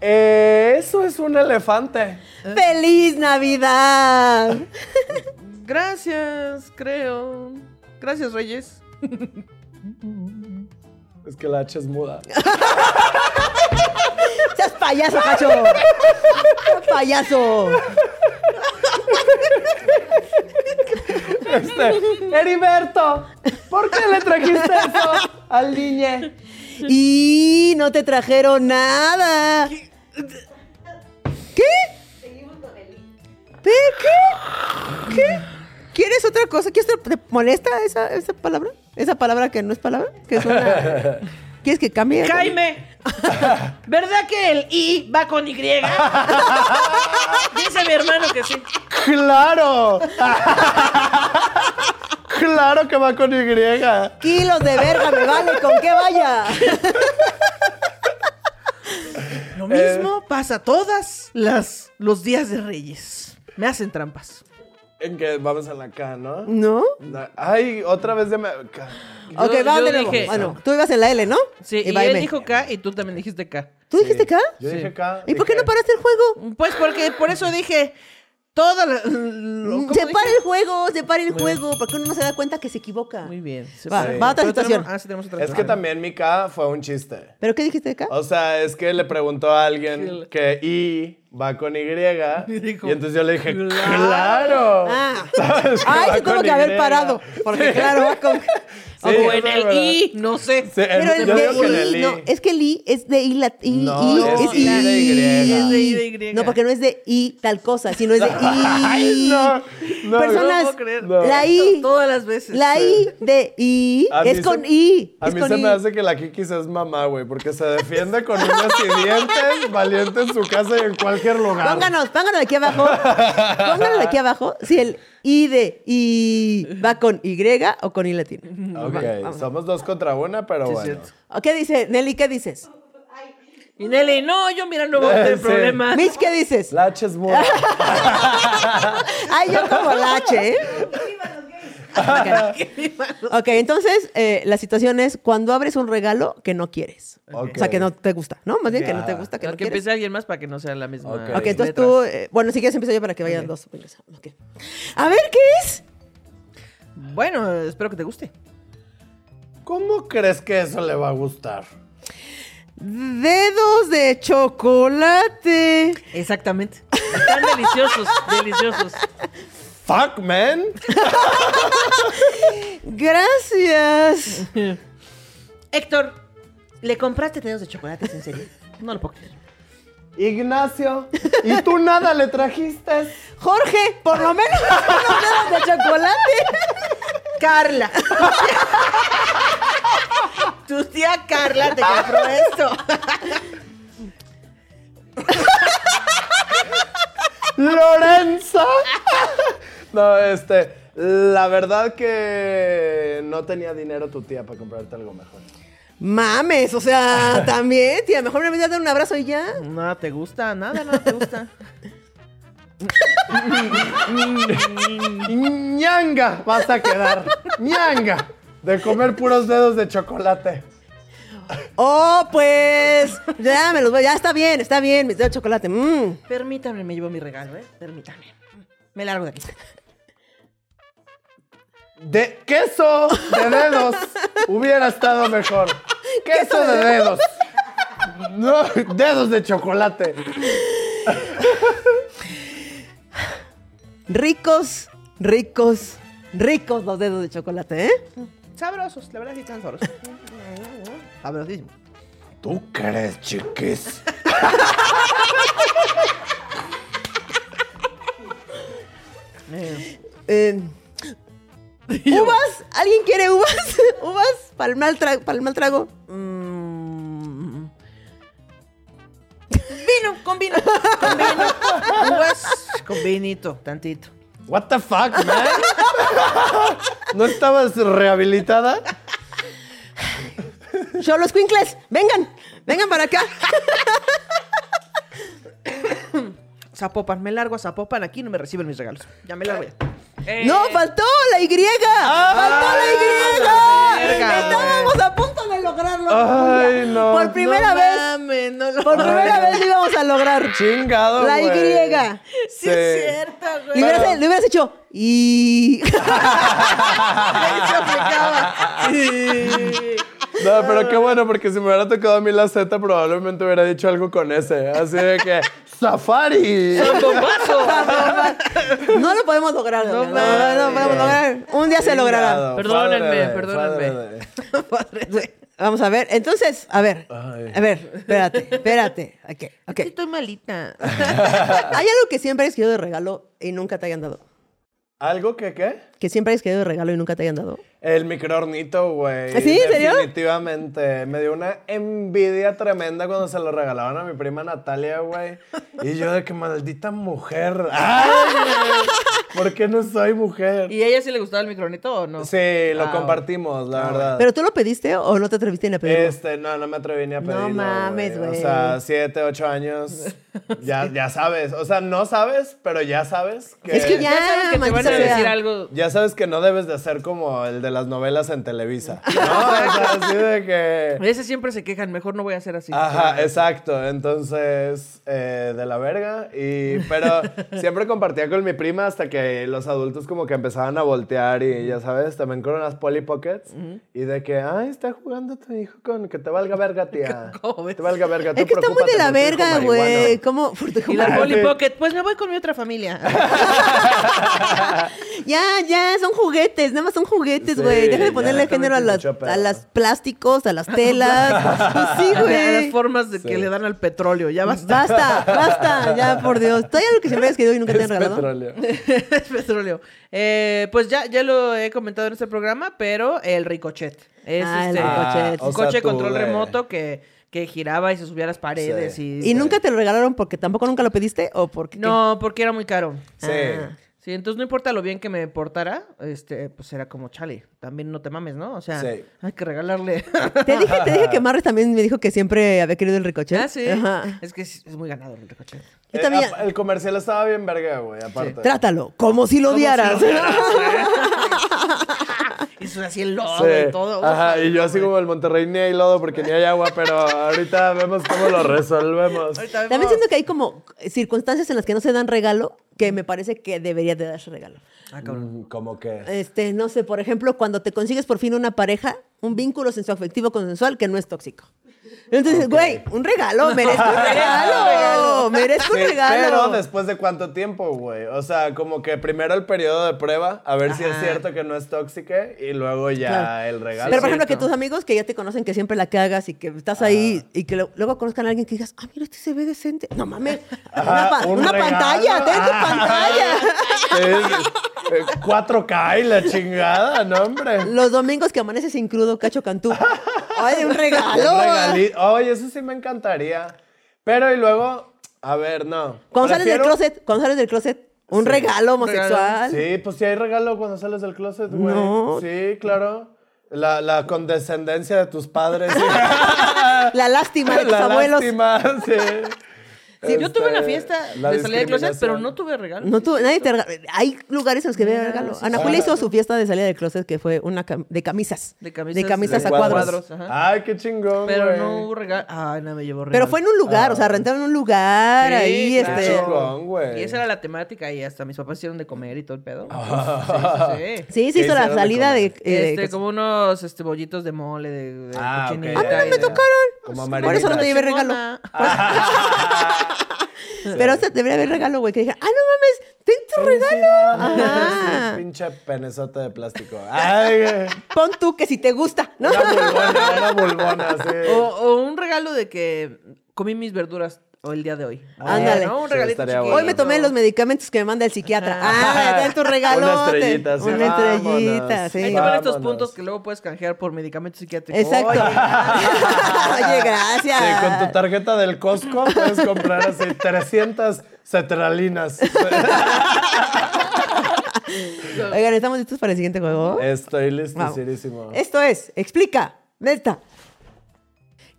[SPEAKER 3] Eh, eso es un elefante.
[SPEAKER 1] Eh.
[SPEAKER 2] ¡Feliz Navidad!
[SPEAKER 1] Gracias, creo. Gracias, Reyes.
[SPEAKER 3] Es que la H es muda.
[SPEAKER 2] ¡Seas payaso, Cacho! ¡Payaso!
[SPEAKER 3] Este, Heriberto, ¿por qué le trajiste eso al niñe?
[SPEAKER 2] Y no te trajeron nada. ¿Qué? ¿Pe- ¿Qué? ¿Qué? ¿Quieres otra cosa? ¿Quieres otra- ¿Te molesta esa, esa palabra? ¿Esa palabra que no es palabra? Que es una... ¿Quieres que cambie?
[SPEAKER 1] Jaime, ¿verdad que el I va con Y? Dice mi hermano que sí.
[SPEAKER 3] ¡Claro! ¡Claro que va con Y!
[SPEAKER 2] Kilos de verga, me vale, ¿con qué vaya?
[SPEAKER 1] Lo mismo pasa todas las los días de Reyes. Me hacen trampas.
[SPEAKER 3] En que vamos a la K, ¿no?
[SPEAKER 2] ¿No?
[SPEAKER 3] Na- Ay, otra vez de... me- K.
[SPEAKER 2] Ok,
[SPEAKER 1] Yo-
[SPEAKER 2] va
[SPEAKER 1] yo
[SPEAKER 2] de nuevo.
[SPEAKER 1] dije-
[SPEAKER 2] Bueno, tú ibas en la L, ¿no?
[SPEAKER 1] Sí, y,
[SPEAKER 2] va
[SPEAKER 1] él
[SPEAKER 2] M.
[SPEAKER 1] dijo K y tú también dijiste K.
[SPEAKER 2] ¿Tú dijiste acá?
[SPEAKER 3] Yo dije K.
[SPEAKER 2] ¿Y por qué
[SPEAKER 3] dije-
[SPEAKER 2] no paraste el juego?
[SPEAKER 1] Pues porque por eso dije toda la, lo- ¿cómo
[SPEAKER 2] Mm, Se
[SPEAKER 1] dije?
[SPEAKER 2] para el juego, se para el juego, porque uno no se da cuenta que se equivoca.
[SPEAKER 1] Muy bien. se
[SPEAKER 2] Va,
[SPEAKER 1] paró.
[SPEAKER 2] va a otra
[SPEAKER 1] Pero tenemos-
[SPEAKER 2] situación.
[SPEAKER 1] ah, sí, tenemos otra
[SPEAKER 3] Es que
[SPEAKER 1] situación.
[SPEAKER 3] también mi K fue un chiste.
[SPEAKER 2] ¿Pero qué dijiste acá?
[SPEAKER 3] O sea, es que le preguntó a alguien que I va con Y. Y,
[SPEAKER 1] dijo,
[SPEAKER 3] entonces yo le dije,
[SPEAKER 1] "Claro".
[SPEAKER 3] ¡claro!
[SPEAKER 2] Ah.
[SPEAKER 3] ¿Sabes?
[SPEAKER 2] Ay,
[SPEAKER 3] Va
[SPEAKER 2] se tuvo
[SPEAKER 3] con
[SPEAKER 2] que haber
[SPEAKER 3] Y.
[SPEAKER 2] parado. Porque claro, va con.
[SPEAKER 3] Sí,
[SPEAKER 1] o en
[SPEAKER 3] es
[SPEAKER 1] el
[SPEAKER 3] verdad.
[SPEAKER 1] I, no sé.
[SPEAKER 3] Sí,
[SPEAKER 2] Pero
[SPEAKER 3] en-
[SPEAKER 2] el
[SPEAKER 3] yo
[SPEAKER 2] de
[SPEAKER 3] digo que en el
[SPEAKER 2] I,
[SPEAKER 3] I.
[SPEAKER 2] no, es que el I es de I la I,
[SPEAKER 3] No,
[SPEAKER 2] I,
[SPEAKER 1] es
[SPEAKER 2] es
[SPEAKER 1] I de
[SPEAKER 3] Y.
[SPEAKER 2] I.
[SPEAKER 1] Es de I de Y.
[SPEAKER 2] No, porque no es de I tal cosa, sino es de I.
[SPEAKER 3] Ay, no, no,
[SPEAKER 2] Personas,
[SPEAKER 1] no puedo creer.
[SPEAKER 2] la
[SPEAKER 1] No.
[SPEAKER 2] I,
[SPEAKER 1] Todas las veces.
[SPEAKER 2] la I de I
[SPEAKER 3] A mí
[SPEAKER 2] es
[SPEAKER 3] se-
[SPEAKER 2] con I.
[SPEAKER 3] A
[SPEAKER 2] es
[SPEAKER 3] mí
[SPEAKER 2] con
[SPEAKER 3] se
[SPEAKER 2] I.
[SPEAKER 3] me hace que la Kiki es mamá, güey, porque se defiende con uñas y dientes, valiente en su casa y en cualquier lugar.
[SPEAKER 2] Pónganos, pónganos aquí abajo. Pónganos aquí abajo si el I de I va con Y o con I latina.
[SPEAKER 3] Ok, somos dos contra una, pero
[SPEAKER 1] Sí, es
[SPEAKER 3] bueno.
[SPEAKER 1] cierto.
[SPEAKER 2] ¿O ¿Qué dice? Nelly, ¿qué dices?
[SPEAKER 1] Y Nelly, no, yo mira, no voy a tener
[SPEAKER 3] Sí.
[SPEAKER 1] problemas.
[SPEAKER 2] Mitch, ¿qué dices?
[SPEAKER 3] La H es muda.
[SPEAKER 2] Ay, yo como la H, ¿eh? Ok, entonces eh, la situación es cuando abres un regalo que no quieres.
[SPEAKER 3] Ok.
[SPEAKER 2] O sea, que no te gusta, ¿no? Más bien que no te
[SPEAKER 3] Ajá.
[SPEAKER 2] gusta,
[SPEAKER 1] Que,
[SPEAKER 2] que no
[SPEAKER 1] que
[SPEAKER 2] quieres.
[SPEAKER 1] empiece alguien más para que no sea la misma.
[SPEAKER 3] Ok.
[SPEAKER 2] Ok, entonces
[SPEAKER 1] letra.
[SPEAKER 2] tú... eh, bueno, si quieres empiezo yo para que vayan dos. Ok. A ver, ¿qué es?
[SPEAKER 1] Bueno, espero que te guste.
[SPEAKER 3] ¿Cómo crees que eso le va a gustar?
[SPEAKER 2] Dedos de chocolate.
[SPEAKER 1] Exactamente. Están deliciosos, deliciosos.
[SPEAKER 3] Fuck, man.
[SPEAKER 2] Gracias.
[SPEAKER 1] Héctor, ¿le compraste dedos de chocolates en serio? No lo puedo creer.
[SPEAKER 3] Ignacio, ¿y tú nada le trajiste?
[SPEAKER 2] Jorge, por lo menos unos dedos de chocolate.
[SPEAKER 1] Carla. tu tía Carla te compró esto.
[SPEAKER 3] ¡Lorenzo! No, este. La verdad que no tenía dinero tu tía para comprarte algo mejor.
[SPEAKER 2] Mames, o sea, también, tía. Mejor me voy a dar un abrazo y ya.
[SPEAKER 1] Nada te gusta, nada, nada te gusta.
[SPEAKER 3] ¡Ñanga! Vas a quedar. ¡Ñanga! De comer puros dedos de chocolate.
[SPEAKER 2] Oh, pues. Ya me los voy. Ya está bien, está bien. Mis dedos de chocolate. mm.
[SPEAKER 1] Permítame, me llevo mi regalo, ¿eh? Permítame. Me largo de aquí.
[SPEAKER 3] De queso de dedos hubiera estado mejor. Queso de dedos. No, dedos de chocolate.
[SPEAKER 2] Ricos, ricos, ricos los dedos de chocolate, ¿eh?
[SPEAKER 1] Sabrosos, la verdad sí están sabrosos. Sabrosísimo.
[SPEAKER 3] ¿Tú crees, chiquis?
[SPEAKER 2] Eh, ¿Uvas? ¿Alguien quiere uvas? ¿Uvas? Para el mal, tra- para el mal trago.
[SPEAKER 1] Mm. Vino, con vino, con vino. Uvas, con vinito, tantito.
[SPEAKER 3] What the fuck, man? ¿No estabas rehabilitada?
[SPEAKER 2] Yo los quincles, vengan, vengan para acá.
[SPEAKER 1] Zapopan, me largo a Zapopan, aquí no me reciben mis regalos. Ya me largo ya.
[SPEAKER 3] Eh.
[SPEAKER 2] No, faltó la Y. faltó la Y.
[SPEAKER 1] verga,
[SPEAKER 2] Estábamos a punto de lograrlo.
[SPEAKER 3] Ay, no.
[SPEAKER 2] Por primera
[SPEAKER 1] No
[SPEAKER 2] vez,
[SPEAKER 1] mames, no lo-
[SPEAKER 2] por primera vez lo íbamos a lograr.
[SPEAKER 3] Chingado,
[SPEAKER 2] La
[SPEAKER 3] güey.
[SPEAKER 2] Y.
[SPEAKER 1] Sí, es cierto,
[SPEAKER 2] Le
[SPEAKER 1] güey.
[SPEAKER 2] hubieras, le hubieras hecho y
[SPEAKER 1] Ahí se aplicaba. Sí.
[SPEAKER 3] No, pero qué bueno, porque si me hubiera tocado a mí la Z, probablemente hubiera dicho algo con ese. Así de que, ¡Safari!
[SPEAKER 2] no lo podemos lograr. No, no,
[SPEAKER 1] mames.
[SPEAKER 2] no lo podemos lograr. Un día se logrará.
[SPEAKER 3] Chingado,
[SPEAKER 1] Perdónenme,
[SPEAKER 3] padre,
[SPEAKER 1] perdónenme.
[SPEAKER 3] padre.
[SPEAKER 1] Padre, güey.
[SPEAKER 2] Vamos a ver. Entonces, a ver,
[SPEAKER 3] Ay.
[SPEAKER 2] a ver, espérate, espérate. Ok, ok.
[SPEAKER 1] Estoy malita.
[SPEAKER 2] Hay algo que siempre hayas querido de regalo y nunca te hayan dado.
[SPEAKER 3] ¿Algo que qué?
[SPEAKER 2] Que siempre hayas querido de regalo y nunca te hayan dado.
[SPEAKER 3] El microornito, güey.
[SPEAKER 2] ¿Ah, ¿Sí? ¿En serio?
[SPEAKER 3] Definitivamente. Me dio una envidia tremenda cuando se lo regalaban a mi prima Natalia, güey. Y yo de que maldita mujer. ¡Ay! güey! ¿Por qué no soy mujer?
[SPEAKER 1] ¿Y a ella sí le gustaba el micronito o no?
[SPEAKER 3] Sí, lo compartimos, la verdad.
[SPEAKER 2] ¿Pero tú lo pediste o no te atreviste ni a pedirlo?
[SPEAKER 3] Este, no, no me atreví ni a pedirlo.
[SPEAKER 2] mames, güey.
[SPEAKER 3] O sea, siete, ocho años. Ya, ya sabes. O sea, no sabes, pero ya sabes que.
[SPEAKER 2] Es que ya,
[SPEAKER 1] Ya sabes que te van a
[SPEAKER 2] maldita sea.
[SPEAKER 1] decir algo.
[SPEAKER 3] Ya sabes que no debes de hacer como el de las novelas en Televisa. No, o sea, así de que.
[SPEAKER 1] Ese siempre se quejan, mejor no voy a hacer así.
[SPEAKER 3] Ajá, exacto. Entonces, eh, de la verga. Y, pero siempre compartía con mi prima hasta que los adultos como que empezaban a voltear y ya sabes, también con unas Polly Pockets. Y de que, ay, está jugando tu hijo con que te valga verga, tía.
[SPEAKER 1] ¿Cómo ves?
[SPEAKER 3] Te valga verga. tú
[SPEAKER 2] Es que está muy de
[SPEAKER 3] preocúpate
[SPEAKER 2] la
[SPEAKER 3] por tu hijo
[SPEAKER 2] verga,
[SPEAKER 3] marihuano".
[SPEAKER 2] güey. ¿Cómo? Por tu-
[SPEAKER 1] Y la Polly
[SPEAKER 3] Sí.
[SPEAKER 1] Pocket, pues me voy con mi otra familia.
[SPEAKER 2] Ya, ya, son juguetes, nada más son juguetes,
[SPEAKER 3] Sí,
[SPEAKER 2] güey. Deja de
[SPEAKER 3] ya,
[SPEAKER 2] ponerle
[SPEAKER 3] también
[SPEAKER 2] género a
[SPEAKER 3] tiene
[SPEAKER 2] las,
[SPEAKER 3] mucho pedo.
[SPEAKER 2] a las plásticos, a las telas. Pues sí,
[SPEAKER 1] A las
[SPEAKER 2] güey.
[SPEAKER 1] formas de que le dan al petróleo, ya basta.
[SPEAKER 2] Basta, basta, ya, por Dios. ¿Todavía lo que siempre has querido y nunca te han
[SPEAKER 3] Es
[SPEAKER 2] regalado?
[SPEAKER 3] petróleo.
[SPEAKER 1] Es petróleo. Eh, pues ya, ya lo he comentado en este programa, pero el ricochet. Es
[SPEAKER 2] Ah, el
[SPEAKER 1] este,
[SPEAKER 2] ricochet.
[SPEAKER 1] un
[SPEAKER 3] o sea,
[SPEAKER 1] coche de
[SPEAKER 3] tú
[SPEAKER 1] control
[SPEAKER 3] de-
[SPEAKER 1] remoto que, que giraba y se subía a las paredes.
[SPEAKER 3] Sí.
[SPEAKER 1] Y,
[SPEAKER 2] ¿Y nunca te lo regalaron porque tampoco nunca lo pediste o porque qué?
[SPEAKER 1] No, porque era muy caro.
[SPEAKER 3] Sí.
[SPEAKER 2] Ah.
[SPEAKER 1] Sí, entonces no importa lo bien que me portara, este, pues era como, chale, también no te mames, ¿no? O sea,
[SPEAKER 3] Sí.
[SPEAKER 1] hay que regalarle.
[SPEAKER 2] Te dije, te dije que Marres también me dijo que siempre había querido el ricochet.
[SPEAKER 1] Ah, sí.
[SPEAKER 2] Ajá.
[SPEAKER 1] Es que es, es muy ganado el ricochet.
[SPEAKER 2] Yo
[SPEAKER 3] Eh,
[SPEAKER 2] también-
[SPEAKER 3] ap- El comercial estaba bien verga, güey, aparte.
[SPEAKER 2] Trátalo, como si lo
[SPEAKER 1] Como si
[SPEAKER 2] odiaras.
[SPEAKER 1] ¿eh? Y eso así el lodo
[SPEAKER 3] Sí.
[SPEAKER 1] y todo.
[SPEAKER 3] Ajá, y yo así
[SPEAKER 1] Órale.
[SPEAKER 3] como el Monterrey ni hay lodo porque ni hay agua, pero ahorita vemos cómo lo resolvemos.
[SPEAKER 1] Ahorita vemos.
[SPEAKER 2] También siento que hay como circunstancias en las que no se dan regalo que me parece que debería de darse regalo.
[SPEAKER 1] Ah, cabrón.
[SPEAKER 3] Mm, Como que.
[SPEAKER 2] Este, no sé, por ejemplo, cuando te consigues por fin una pareja, un vínculo sensuoafectivo consensual que no es tóxico. Entonces, güey, un regalo, merezco un
[SPEAKER 3] Ah,
[SPEAKER 2] regalo, merezco un
[SPEAKER 3] Sí, Pero
[SPEAKER 2] regalo.
[SPEAKER 3] después de cuánto tiempo, güey. O sea, como que primero el periodo de prueba, a ver si es
[SPEAKER 1] Ajá.
[SPEAKER 3] cierto que no es tóxica, y luego ya
[SPEAKER 2] Claro.
[SPEAKER 3] el regalo.
[SPEAKER 2] Pero por ejemplo,
[SPEAKER 1] cierto.
[SPEAKER 2] que tus amigos que ya te conocen, que siempre la cagas y que estás ahí y que lo- luego conozcan a alguien que digas, ah, mira, este se ve decente. No mames, una,
[SPEAKER 3] Ajá,
[SPEAKER 2] pa-
[SPEAKER 3] un
[SPEAKER 2] una
[SPEAKER 3] regalo.
[SPEAKER 2] pantalla, ten tu
[SPEAKER 3] Ah.
[SPEAKER 2] pantalla.
[SPEAKER 3] Sí, eh, 4K y la chingada, no, hombre.
[SPEAKER 2] Los domingos que amaneces sin crudo, cacho cantú. Ay, un regalo.
[SPEAKER 3] Un regali- Oye, eso sí me encantaría. Pero y luego, a ver, no.
[SPEAKER 2] Cuando sales del
[SPEAKER 3] Prefiero-
[SPEAKER 2] closet, cuando sales del closet, un regalo homosexual.
[SPEAKER 3] Sí, pues sí hay regalo cuando sales del closet, güey.
[SPEAKER 2] No.
[SPEAKER 3] Sí, claro. La, la condescendencia de tus padres.
[SPEAKER 2] La lástima de tus
[SPEAKER 3] la
[SPEAKER 2] abuelos.
[SPEAKER 3] lástima, sí.
[SPEAKER 1] Sí, yo tuve una
[SPEAKER 3] Este,
[SPEAKER 1] fiesta
[SPEAKER 3] la
[SPEAKER 1] de salida de closet, pero
[SPEAKER 3] discriminación.
[SPEAKER 1] no tuve regalo.
[SPEAKER 2] No tuve, nadie te regaló. Hay lugares en los que me regalo. Ana Julia hizo su fiesta de salida del closet que fue una cam- de camisas.
[SPEAKER 1] De camisas
[SPEAKER 3] De
[SPEAKER 2] a cuadros.
[SPEAKER 1] ajá.
[SPEAKER 3] Ay, qué chingón,
[SPEAKER 1] Pero
[SPEAKER 3] güey.
[SPEAKER 1] no hubo regalo. Ah, no me llevó regalo.
[SPEAKER 2] Pero fue en un lugar, o sea, rentaron un lugar
[SPEAKER 1] Ah. Sí,
[SPEAKER 2] ahí,
[SPEAKER 1] claro.
[SPEAKER 2] este.
[SPEAKER 3] Chingón, güey.
[SPEAKER 1] Y esa era la temática y hasta mis papás hicieron de comer y todo el pedo. Sí, sí, sí.
[SPEAKER 2] Sí, se
[SPEAKER 3] ¿Qué
[SPEAKER 2] hizo la
[SPEAKER 3] hicieron de
[SPEAKER 2] salida de.
[SPEAKER 3] comer?
[SPEAKER 2] eh,
[SPEAKER 1] Este, como unos este, bollitos de mole, de, de
[SPEAKER 3] Ah, ok.
[SPEAKER 1] cochinita
[SPEAKER 3] A mí no
[SPEAKER 1] y
[SPEAKER 3] me
[SPEAKER 1] de-
[SPEAKER 2] tocaron.
[SPEAKER 3] Como
[SPEAKER 2] Por eso no te
[SPEAKER 3] amarillitas.
[SPEAKER 2] llevé regalo.
[SPEAKER 1] Chingona.
[SPEAKER 2] Pero este debería haber regalo, güey, que dije, ah, no mames, ten tu regalo. Ajá.
[SPEAKER 3] Sí, Pinche penezote de plástico. Ay, güey.
[SPEAKER 2] Pon tú que si te gusta, ¿no?
[SPEAKER 1] Oh,
[SPEAKER 3] Era bulbona, era bulbona, sí.
[SPEAKER 1] O, o un regalo de que comí mis verduras o el día de hoy.
[SPEAKER 2] Ándale.
[SPEAKER 1] ¿no? Un
[SPEAKER 3] Ah, Sí,
[SPEAKER 1] regalito
[SPEAKER 3] estaría
[SPEAKER 1] chiquito.
[SPEAKER 3] bueno.
[SPEAKER 2] Hoy me tomé los medicamentos que me manda el psiquiatra. Ah, ya están tus regalotes.
[SPEAKER 3] Una estrellita, sí.
[SPEAKER 2] Una estrellita,
[SPEAKER 3] Vámonos.
[SPEAKER 2] sí.
[SPEAKER 1] Hay que poner estos
[SPEAKER 3] Vámonos.
[SPEAKER 1] puntos que luego puedes canjear por medicamentos psiquiátricos.
[SPEAKER 2] Exacto.
[SPEAKER 1] Oye,
[SPEAKER 2] Oye,
[SPEAKER 3] Sí,
[SPEAKER 2] gracias.
[SPEAKER 3] con tu tarjeta del Costco puedes comprar así 300 cetralinas.
[SPEAKER 2] Oigan, ¿estamos listos para el siguiente
[SPEAKER 3] Eh,
[SPEAKER 2] juego?
[SPEAKER 3] Estoy
[SPEAKER 2] Vamos.
[SPEAKER 3] listísimo.
[SPEAKER 2] Esto es, explica, neta.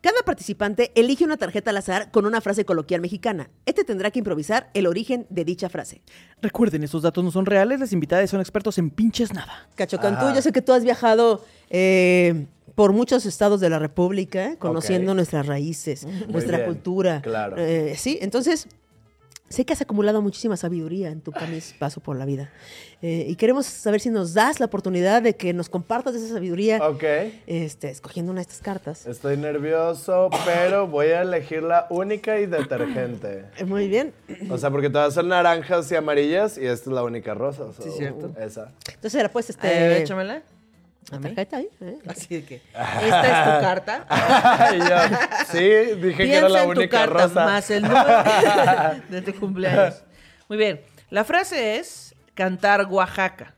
[SPEAKER 2] Cada participante elige una tarjeta al azar con una frase coloquial mexicana. Este tendrá que improvisar el origen de dicha frase.
[SPEAKER 4] Recuerden, estos datos no son reales, las invitadas son expertos en pinches nada.
[SPEAKER 2] Cachocán, tú, yo sé que tú has viajado eh, por muchos estados de la República, eh, conociendo
[SPEAKER 3] Ok.
[SPEAKER 2] nuestras raíces, nuestra
[SPEAKER 3] bien,
[SPEAKER 2] cultura.
[SPEAKER 3] claro.
[SPEAKER 2] eh, sí, entonces, sé que has acumulado muchísima sabiduría en tu camino paso por la vida. Eh, y queremos saber si nos das la oportunidad de que nos compartas esa sabiduría
[SPEAKER 3] Ok.
[SPEAKER 2] este, escogiendo una de estas cartas.
[SPEAKER 3] Estoy nervioso, pero voy a elegir la única y detergente.
[SPEAKER 2] Eh, Muy bien.
[SPEAKER 3] O sea, porque todas son naranjas y amarillas y esta es la única rosa. o sea,
[SPEAKER 1] Sí, cierto.
[SPEAKER 3] Esa.
[SPEAKER 2] Entonces, la puedes
[SPEAKER 1] eh,
[SPEAKER 2] este,
[SPEAKER 1] échamela. A
[SPEAKER 2] la
[SPEAKER 1] mí.
[SPEAKER 2] tarjeta ahí. eh.
[SPEAKER 3] Ah,
[SPEAKER 1] Así de que. Esta es tu carta.
[SPEAKER 3] Y yo, sí, dije que era
[SPEAKER 1] Piensa
[SPEAKER 3] la
[SPEAKER 1] en tu
[SPEAKER 3] única
[SPEAKER 1] carta
[SPEAKER 3] rosa.
[SPEAKER 1] más el número de tu cumpleaños. Muy bien. La frase es cantar Oaxaca.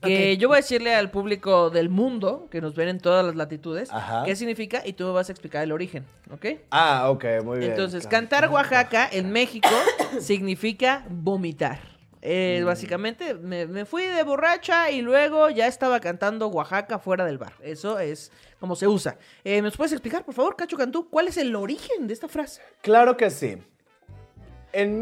[SPEAKER 1] Que
[SPEAKER 2] Ok.
[SPEAKER 1] yo voy a decirle al público del mundo, que nos ven en todas las latitudes,
[SPEAKER 3] Ajá.
[SPEAKER 1] qué significa y tú me vas a explicar el origen, ¿ok?
[SPEAKER 3] Ah, ok, muy bien.
[SPEAKER 1] Entonces, cantar Oaxaca en México significa vomitar. Eh,
[SPEAKER 3] Mm.
[SPEAKER 1] Básicamente, me, me fui de borracha y luego ya estaba cantando Oaxaca fuera del bar. Eso es como se usa. Eh, ¿Nos puedes explicar, por favor, Cacho Cantú, cuál es el origen de esta frase?
[SPEAKER 3] Claro que sí. En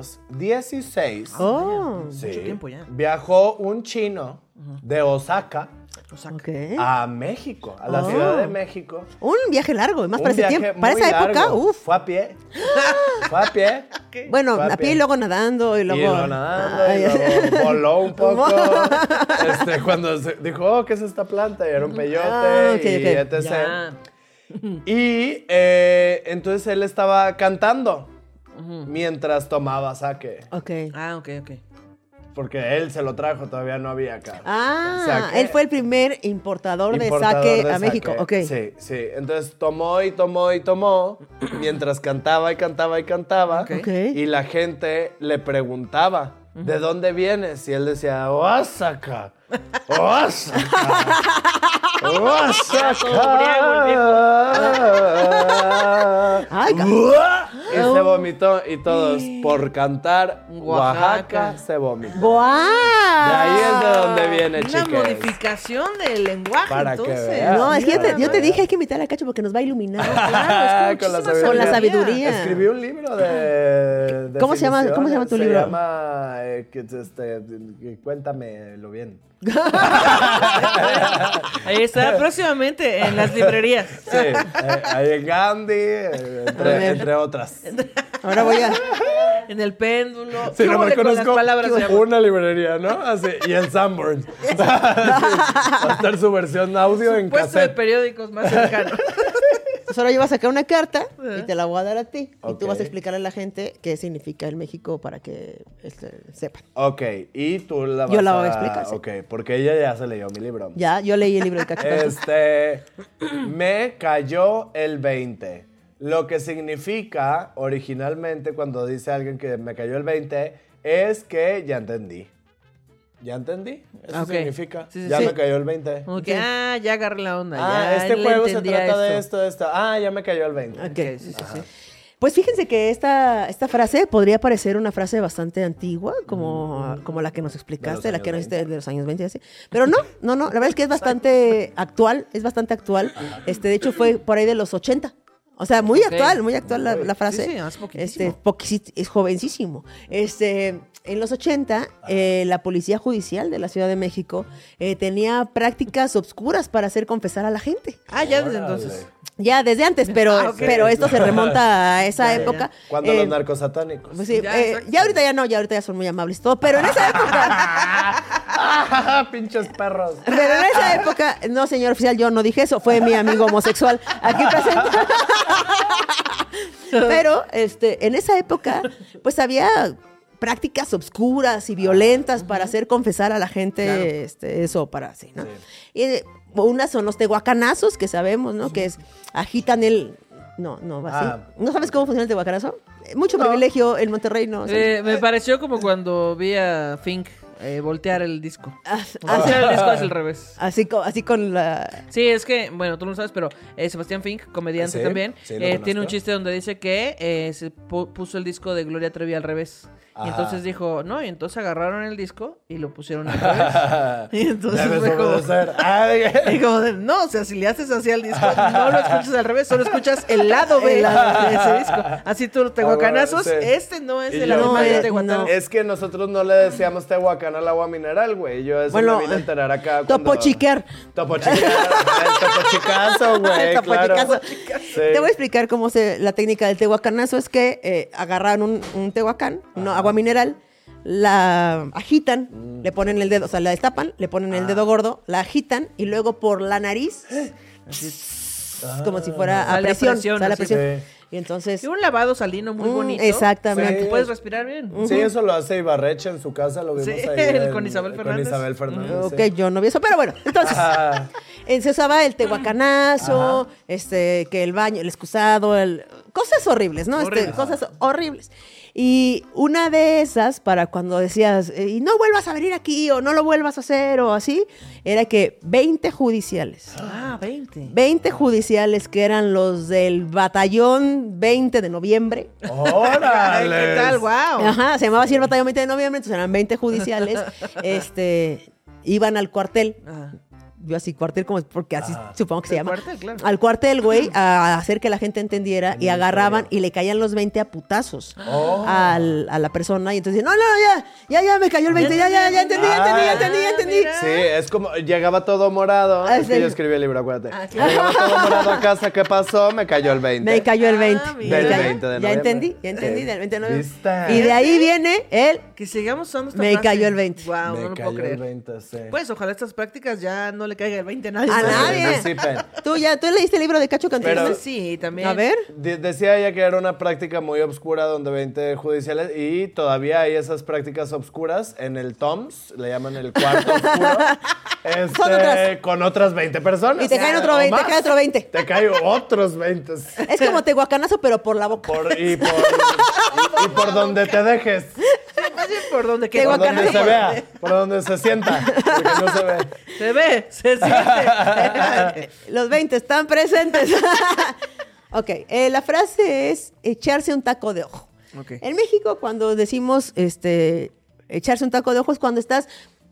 [SPEAKER 3] 1716,
[SPEAKER 2] Oh,
[SPEAKER 3] sí,
[SPEAKER 1] mucho tiempo ya.
[SPEAKER 3] viajó un chino de Osaka
[SPEAKER 1] Oaxaca.
[SPEAKER 2] ok.
[SPEAKER 3] a Ah. México, a la
[SPEAKER 2] Oh.
[SPEAKER 3] Ciudad de México.
[SPEAKER 2] Un viaje largo, y más
[SPEAKER 3] Un
[SPEAKER 2] para ese
[SPEAKER 3] viaje
[SPEAKER 2] tiempo. Para
[SPEAKER 3] muy
[SPEAKER 2] esa época,
[SPEAKER 3] largo.
[SPEAKER 2] uff.
[SPEAKER 3] Fue a pie. Fue a pie.
[SPEAKER 2] Bueno,
[SPEAKER 3] Fue a
[SPEAKER 2] a pie
[SPEAKER 3] pie.
[SPEAKER 2] y luego nadando y
[SPEAKER 3] Y
[SPEAKER 2] luego.
[SPEAKER 3] luego nadando, y
[SPEAKER 2] Ay,
[SPEAKER 3] luego voló un poco. Este, cuando se- dijo, oh, ¿qué es esta planta? Y era un peyote,
[SPEAKER 2] Ah, ok,
[SPEAKER 3] y
[SPEAKER 2] ok.
[SPEAKER 3] etc.
[SPEAKER 1] Ya.
[SPEAKER 3] Y eh, entonces él estaba cantando mientras tomaba saque.
[SPEAKER 2] Ok.
[SPEAKER 1] Ah, ok, ok.
[SPEAKER 3] Porque él se lo trajo, todavía no había acá.
[SPEAKER 2] Ah,
[SPEAKER 3] Saque.
[SPEAKER 2] él fue el primer importador,
[SPEAKER 3] Importador
[SPEAKER 2] de saque
[SPEAKER 3] de
[SPEAKER 2] a México.
[SPEAKER 3] saque.
[SPEAKER 2] Ok.
[SPEAKER 3] Sí, sí. Entonces tomó y tomó y tomó mientras cantaba y cantaba y cantaba.
[SPEAKER 1] Ok.
[SPEAKER 2] Ok.
[SPEAKER 3] Y la gente le preguntaba, ¿de dónde vienes? Y él decía, Oaxaca. Oaxaca. Oaxaca.
[SPEAKER 2] Ay, ca- Oh.
[SPEAKER 3] Uah. y se vomitó y todos por cantar
[SPEAKER 1] Oaxaca.
[SPEAKER 3] Oaxaca se vomitó.
[SPEAKER 2] ¡Guau!
[SPEAKER 3] De ahí es de donde viene,
[SPEAKER 1] Una
[SPEAKER 3] chicas.
[SPEAKER 1] modificación del lenguaje,
[SPEAKER 3] Para que
[SPEAKER 1] entonces.
[SPEAKER 3] veas.
[SPEAKER 2] No, es que yo te, yo te
[SPEAKER 3] Mira.
[SPEAKER 2] dije, hay que invitar a Cacho porque nos va a iluminar.
[SPEAKER 1] Claro, es que
[SPEAKER 3] Ah, Con la
[SPEAKER 1] muchísima
[SPEAKER 2] Con la
[SPEAKER 3] sabiduría.
[SPEAKER 2] sabiduría.
[SPEAKER 3] Escribí un libro de. de
[SPEAKER 2] ¿Cómo se llama- cómo se llama tu
[SPEAKER 3] definiciones.
[SPEAKER 2] libro?
[SPEAKER 3] Se llama. eh, que- este, cuéntamelo bien.
[SPEAKER 1] Ahí está, próximamente en las librerías.
[SPEAKER 3] Sí, eh, ahí en Gandhi, eh, entre, entre otras.
[SPEAKER 2] Ahora voy a.
[SPEAKER 1] En el péndulo.
[SPEAKER 3] Si
[SPEAKER 1] ¿Qué
[SPEAKER 3] no
[SPEAKER 1] hubo
[SPEAKER 3] me
[SPEAKER 1] con las
[SPEAKER 3] conozco,
[SPEAKER 1] palabras se llama?
[SPEAKER 3] una librería, ¿no? Así, y en Sanborns. Sí, Va a estar su versión audio en
[SPEAKER 1] Puesto de
[SPEAKER 3] cassette.
[SPEAKER 1] periódicos más cercano.
[SPEAKER 2] Entonces ahora yo voy a sacar una carta y te la voy a dar a ti. Y
[SPEAKER 3] Ok.
[SPEAKER 2] tú vas a explicarle a la gente qué significa el México para que este, sepan.
[SPEAKER 3] Ok, y tú la vas
[SPEAKER 2] Yo la voy a explicar, sí.
[SPEAKER 3] Ok, porque ella ya se leyó mi libro.
[SPEAKER 2] Ya, yo leí el libro de Cacho. Cantú.
[SPEAKER 3] Este, me cayó el 20. Lo que significa originalmente cuando dice alguien que me cayó el 20 es que ya entendí. ¿Ya entendí? Eso
[SPEAKER 1] Ok.
[SPEAKER 3] significa.
[SPEAKER 1] Sí, sí,
[SPEAKER 3] ya
[SPEAKER 1] sí.
[SPEAKER 3] me cayó el 20.
[SPEAKER 1] Como
[SPEAKER 2] Sí.
[SPEAKER 1] que, ah, ya agarré la onda.
[SPEAKER 3] Ah,
[SPEAKER 1] ya
[SPEAKER 3] este
[SPEAKER 1] le
[SPEAKER 3] juego se
[SPEAKER 1] entendí a
[SPEAKER 3] trata de
[SPEAKER 1] esto.
[SPEAKER 3] esto, de esto. Ah, ya me cayó el 20.
[SPEAKER 2] Ok.
[SPEAKER 1] Ok, sí, sí, sí.
[SPEAKER 2] Pues fíjense que esta, esta frase podría parecer una frase bastante antigua, como,
[SPEAKER 1] Mm,
[SPEAKER 2] como la que nos explicaste, la que nos
[SPEAKER 3] años
[SPEAKER 2] hiciste de los años 20 y así. Pero no, no, no, la verdad es que es bastante actual, es bastante actual. Este, de hecho, fue por ahí de los 80. O sea, muy
[SPEAKER 1] Ok.
[SPEAKER 2] actual, muy actual la, la frase.
[SPEAKER 1] Sí, sí, hace poquitísimo.
[SPEAKER 2] Este, poquisi- es jovencísimo. Este, en los 80, eh, la Policía Judicial de la Ciudad de México eh, tenía prácticas obscuras para hacer confesar a la gente.
[SPEAKER 1] Ah, ya desde
[SPEAKER 3] Órale.
[SPEAKER 1] entonces.
[SPEAKER 2] Ya desde antes, pero,
[SPEAKER 1] Ah, ok.
[SPEAKER 2] pero esto se remonta a esa época.
[SPEAKER 3] Cuando
[SPEAKER 2] Eh,
[SPEAKER 3] los narcosatánicos.
[SPEAKER 2] pues sí, eh,
[SPEAKER 1] Ya,
[SPEAKER 2] ya,
[SPEAKER 1] exacto.
[SPEAKER 2] ahorita ya no, ya ahorita ya son muy amables y todo, pero en esa época,
[SPEAKER 3] Ah, Pinches perros.
[SPEAKER 2] pero en esa época, no señor oficial, yo no dije eso, fue mi amigo homosexual aquí presente. Pero este, en esa época, pues había prácticas obscuras y
[SPEAKER 3] Ah,
[SPEAKER 2] violentas para hacer confesar a la gente este, eso, para así, ¿no? Y eh, unas son los tehuacanazos que sabemos, ¿no? Que es, agitan el No, no va
[SPEAKER 3] Ah.
[SPEAKER 2] así. ¿No sabes cómo funciona el tehuacanazo? Eh, Mucho privilegio en Monterrey, no. o sea,
[SPEAKER 1] Eh, me pareció como cuando vi a Fink eh, voltear el disco.
[SPEAKER 2] as-
[SPEAKER 3] Ah,
[SPEAKER 2] así,
[SPEAKER 1] Voltear el disco es el revés.
[SPEAKER 2] así, co- así con la...
[SPEAKER 1] Sí, es que, bueno, tú no lo sabes, pero eh, Sebastián Fink, comediante
[SPEAKER 3] Ah, Sí,
[SPEAKER 1] también,
[SPEAKER 3] sí, lo
[SPEAKER 1] eh,
[SPEAKER 3] conozco.
[SPEAKER 1] tiene un chiste donde dice que eh, se pu- puso el disco de Gloria Trevi al revés.
[SPEAKER 3] Ajá.
[SPEAKER 1] Y entonces dijo, no, y entonces agarraron el disco y lo pusieron al revés.
[SPEAKER 2] Y entonces
[SPEAKER 3] Debes
[SPEAKER 2] fue como-
[SPEAKER 3] obedecer. Ay,
[SPEAKER 1] Y como de, no, o sea, si le haces así al disco, no lo escuchas al revés, solo escuchas el lado B
[SPEAKER 2] El lado B.
[SPEAKER 1] de ese disco. Así tú, tehuacanazos,
[SPEAKER 3] Ah, bueno, sí.
[SPEAKER 1] este no es
[SPEAKER 3] Y
[SPEAKER 1] el
[SPEAKER 3] yo-
[SPEAKER 1] lado
[SPEAKER 2] No,
[SPEAKER 1] B de
[SPEAKER 2] eh,
[SPEAKER 1] Tehuacán.
[SPEAKER 2] no.
[SPEAKER 3] Es que nosotros no le decíamos Tehuacán al agua mineral, güey. Yo eso
[SPEAKER 2] Bueno,
[SPEAKER 3] me vine a enterar acá. cuando-
[SPEAKER 2] Topochiquear.
[SPEAKER 3] Topochiquear. El topochicazo, güey.
[SPEAKER 2] El
[SPEAKER 3] claro.
[SPEAKER 2] topochicazo.
[SPEAKER 3] Sí.
[SPEAKER 2] Te voy a explicar cómo se, la técnica del tehuacanazo es que eh, agarran un, un tehuacán, una agua mineral, la agitan, le ponen el dedo, o sea, la destapan, le ponen el dedo gordo, la agitan y luego por la nariz, como si fuera a
[SPEAKER 1] Sale a
[SPEAKER 2] presión,
[SPEAKER 1] presión,
[SPEAKER 2] sale a
[SPEAKER 1] así.
[SPEAKER 2] presión.
[SPEAKER 3] Sí.
[SPEAKER 2] Y entonces,
[SPEAKER 1] Y un lavado salino muy
[SPEAKER 2] Mm,
[SPEAKER 1] bonito.
[SPEAKER 2] exactamente.
[SPEAKER 1] Que Puedes respirar bien.
[SPEAKER 3] Sí, eso lo hace Ibarreche en su casa, lo vimos
[SPEAKER 1] Sí,
[SPEAKER 3] ahí.
[SPEAKER 1] el-
[SPEAKER 3] en-
[SPEAKER 1] con Isabel Fernández. Mm,
[SPEAKER 3] Isabel Fernández,
[SPEAKER 2] ok,
[SPEAKER 3] sí.
[SPEAKER 2] yo no vi eso, pero bueno, entonces...
[SPEAKER 3] Ah,
[SPEAKER 2] En se usaba el tehuacanazo, este, que el baño, el excusado, el- cosas horribles, ¿no? Este,
[SPEAKER 1] Horribles.
[SPEAKER 2] cosas horribles. Y una de esas, para cuando decías, eh, y no vuelvas a venir aquí, o no lo vuelvas a hacer, o así, era que 20 judiciales.
[SPEAKER 1] Ah, 20.
[SPEAKER 2] 20 judiciales que eran los del batallón 20 de noviembre.
[SPEAKER 1] Ay,
[SPEAKER 3] ¡Órale!
[SPEAKER 1] ¿Qué tal? ¡Wow!
[SPEAKER 2] Ajá, se llamaba así el batallón 20 de noviembre, entonces eran 20 judiciales. este, iban al cuartel
[SPEAKER 1] Ajá.
[SPEAKER 2] yo así cuartel como porque así
[SPEAKER 3] Ajá.
[SPEAKER 2] supongo que se
[SPEAKER 1] Ah, El
[SPEAKER 2] llama
[SPEAKER 1] cuartel, claro.
[SPEAKER 2] al cuartel güey a hacer que la gente entendiera y
[SPEAKER 3] Una
[SPEAKER 2] agarraban
[SPEAKER 3] historia.
[SPEAKER 2] y le caían los 20 a putazos
[SPEAKER 3] Oh.
[SPEAKER 2] al- a la persona y entonces no no ya ya ya me cayó el 20 ya ya ya entendí ya entendí ya entendí ya entendí
[SPEAKER 1] Ah,
[SPEAKER 3] Sí, es como llegaba todo morado.
[SPEAKER 2] Ah,
[SPEAKER 3] es que
[SPEAKER 2] sí.
[SPEAKER 3] yo escribí el libro, acuérdate.
[SPEAKER 1] Ah,
[SPEAKER 3] Llegaba todo morado a casa, ¿qué pasó? Me cayó el 20.
[SPEAKER 2] me cayó el 20,
[SPEAKER 1] Ah,
[SPEAKER 2] me
[SPEAKER 1] mira.
[SPEAKER 2] cayó-
[SPEAKER 1] Del
[SPEAKER 3] 20 de
[SPEAKER 2] ya
[SPEAKER 3] noviembre.
[SPEAKER 2] entendí ya entendí
[SPEAKER 3] Sí.
[SPEAKER 2] del 20 de noviembre.
[SPEAKER 3] ¿Viste?
[SPEAKER 2] y de ahí viene el
[SPEAKER 1] Que sigamos usando esta
[SPEAKER 2] Me
[SPEAKER 1] frase.
[SPEAKER 2] cayó el 20.
[SPEAKER 1] Wow,
[SPEAKER 3] Me
[SPEAKER 1] no lo
[SPEAKER 3] cayó
[SPEAKER 1] puedo
[SPEAKER 3] el
[SPEAKER 1] creer.
[SPEAKER 3] 20, sí.
[SPEAKER 1] Pues ojalá estas prácticas ya no le caiga el 20 a nadie.
[SPEAKER 2] a
[SPEAKER 3] Sí,
[SPEAKER 2] nadie
[SPEAKER 3] sí, pero-
[SPEAKER 2] tú ya tú leíste el libro de Cacho Cantino
[SPEAKER 3] Pero-
[SPEAKER 1] Sí, también.
[SPEAKER 2] a ver
[SPEAKER 3] De- decía ella que era una práctica muy obscura donde 20 judiciales y todavía hay esas prácticas obscuras en el TOMS, le llaman el cuarto oscuro, este,
[SPEAKER 2] Son otras.
[SPEAKER 3] con otras 20 personas.
[SPEAKER 2] Y te caen otro
[SPEAKER 3] O
[SPEAKER 2] 20, te
[SPEAKER 3] más.
[SPEAKER 2] caen otro 20.
[SPEAKER 3] Te caen otros 20.
[SPEAKER 2] es como tehuacanazo pero por la boca
[SPEAKER 3] Por- y por, y por donde te dejes.
[SPEAKER 1] Más bien por donde que
[SPEAKER 3] Por
[SPEAKER 2] Tehuacanazo.
[SPEAKER 3] donde se vea, por donde se sienta. porque no se ve.
[SPEAKER 1] Se ve, se siente.
[SPEAKER 2] Los 20 están presentes. ok, eh, la frase es echarse un taco de ojo.
[SPEAKER 1] Ok.
[SPEAKER 2] En México, cuando decimos este, echarse un taco de ojo, es cuando estás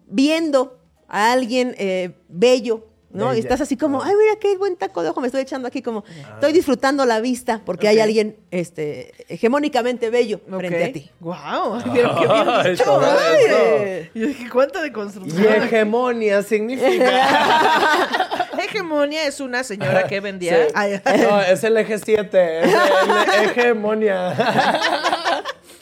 [SPEAKER 2] viendo a alguien eh, bello. ¿no?
[SPEAKER 3] Bella.
[SPEAKER 2] Y estás así
[SPEAKER 1] Ah.
[SPEAKER 2] como, ay, mira qué buen taco de ojo me estoy echando aquí, como estoy disfrutando la vista porque hay alguien este, hegemónicamente bello frente a ti.
[SPEAKER 3] Ah.
[SPEAKER 1] Wow, pero qué bien
[SPEAKER 3] Ay,
[SPEAKER 1] dicho.
[SPEAKER 3] todo
[SPEAKER 1] Ay,
[SPEAKER 3] eso.
[SPEAKER 1] eh. Yo dije, ¿cuánta de construcción?
[SPEAKER 3] Y hegemonía significa.
[SPEAKER 1] Hegemonia es una señora que vendía.
[SPEAKER 3] Sí.
[SPEAKER 1] Ay,
[SPEAKER 3] No, es el eje 7, es el hegemonía.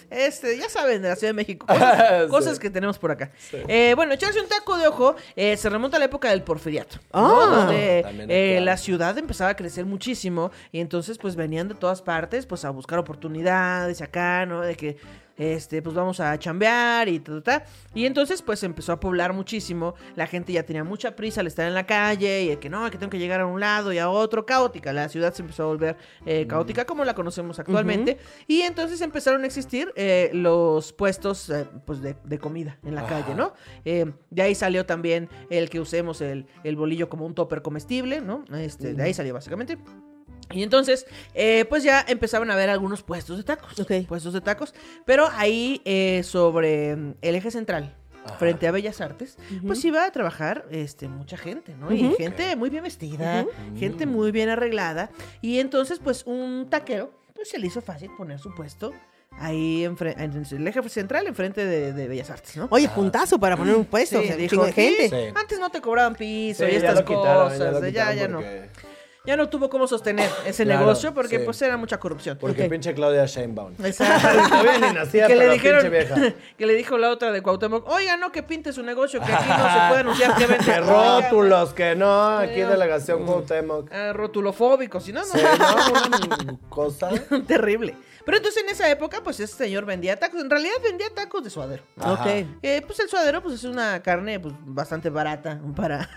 [SPEAKER 1] Este, ya saben, de la Ciudad de México. Cosas,
[SPEAKER 3] Sí.
[SPEAKER 1] cosas que tenemos por acá. Eh, bueno, echarse un taco de ojo eh, se remonta a la época del porfiriato. ¿no?
[SPEAKER 2] Ah.
[SPEAKER 1] Donde
[SPEAKER 3] También
[SPEAKER 1] eh,
[SPEAKER 3] actual.
[SPEAKER 1] la ciudad empezaba a crecer muchísimo y entonces pues venían de todas partes pues a buscar oportunidades acá, ¿no? De que este, pues vamos a chambear y ta, ta, ta. Y entonces, pues empezó a poblar muchísimo. La gente ya tenía mucha prisa al estar en la calle y el que no, que tengo que llegar a un lado y a otro. Caótica. La ciudad se empezó a volver eh, caótica como la conocemos actualmente. Y entonces empezaron a existir eh, los puestos eh, pues de, de comida en la calle, ¿no? Eh, de ahí salió también el que usemos el, el bolillo como un topper comestible, ¿no? Este, De ahí salió básicamente. Y entonces, eh, pues ya empezaban a ver algunos puestos de tacos.
[SPEAKER 2] Ok.
[SPEAKER 1] Puestos de tacos. Pero ahí, eh, sobre mm, el eje central, frente a Bellas Artes, pues iba a trabajar este, mucha gente, ¿no? Y gente muy bien vestida, gente muy bien arreglada. Y entonces, pues un taquero, pues se le hizo fácil poner su puesto ahí en, fre- en el eje central, enfrente de, de Bellas Artes, ¿no?
[SPEAKER 2] Oye, puntazo para poner un puesto,
[SPEAKER 1] Sí,
[SPEAKER 2] o sea, un
[SPEAKER 1] dijo,
[SPEAKER 2] chingo de
[SPEAKER 1] "Aquí
[SPEAKER 2] gente.
[SPEAKER 3] Sí.
[SPEAKER 1] Antes no te cobraban piso y
[SPEAKER 3] Sí,
[SPEAKER 1] estas
[SPEAKER 3] lo quitaron,
[SPEAKER 1] cosas.
[SPEAKER 3] lo
[SPEAKER 1] eh, Ya, ya,
[SPEAKER 3] quitaron
[SPEAKER 1] no.
[SPEAKER 3] porque-
[SPEAKER 1] Ya no tuvo cómo sostener ese
[SPEAKER 3] Claro,
[SPEAKER 1] negocio porque
[SPEAKER 3] sí.
[SPEAKER 1] pues era mucha corrupción.
[SPEAKER 3] Porque
[SPEAKER 2] Ok.
[SPEAKER 3] pinche Claudia Sheinbaum.
[SPEAKER 1] Exacto.
[SPEAKER 3] Está bien, ni nacía,
[SPEAKER 1] que le
[SPEAKER 3] pero
[SPEAKER 1] dijeron,
[SPEAKER 3] pinche vieja.
[SPEAKER 1] que le dijo la otra de Cuauhtémoc, oiga, no que pinte su negocio, que aquí no se puede anunciar que vende.
[SPEAKER 3] Que rótulos, que no, aquí delegación Cuauhtémoc.
[SPEAKER 1] Oiga, ah, rotulofóbico, si no, no.
[SPEAKER 3] Sí, ¿no? Una cosa.
[SPEAKER 1] Terrible. Pero entonces en esa época, pues ese señor vendía tacos. En realidad vendía tacos de suadero.
[SPEAKER 3] Ajá.
[SPEAKER 2] Ok.
[SPEAKER 1] Eh, pues el suadero pues es una carne pues, bastante barata para,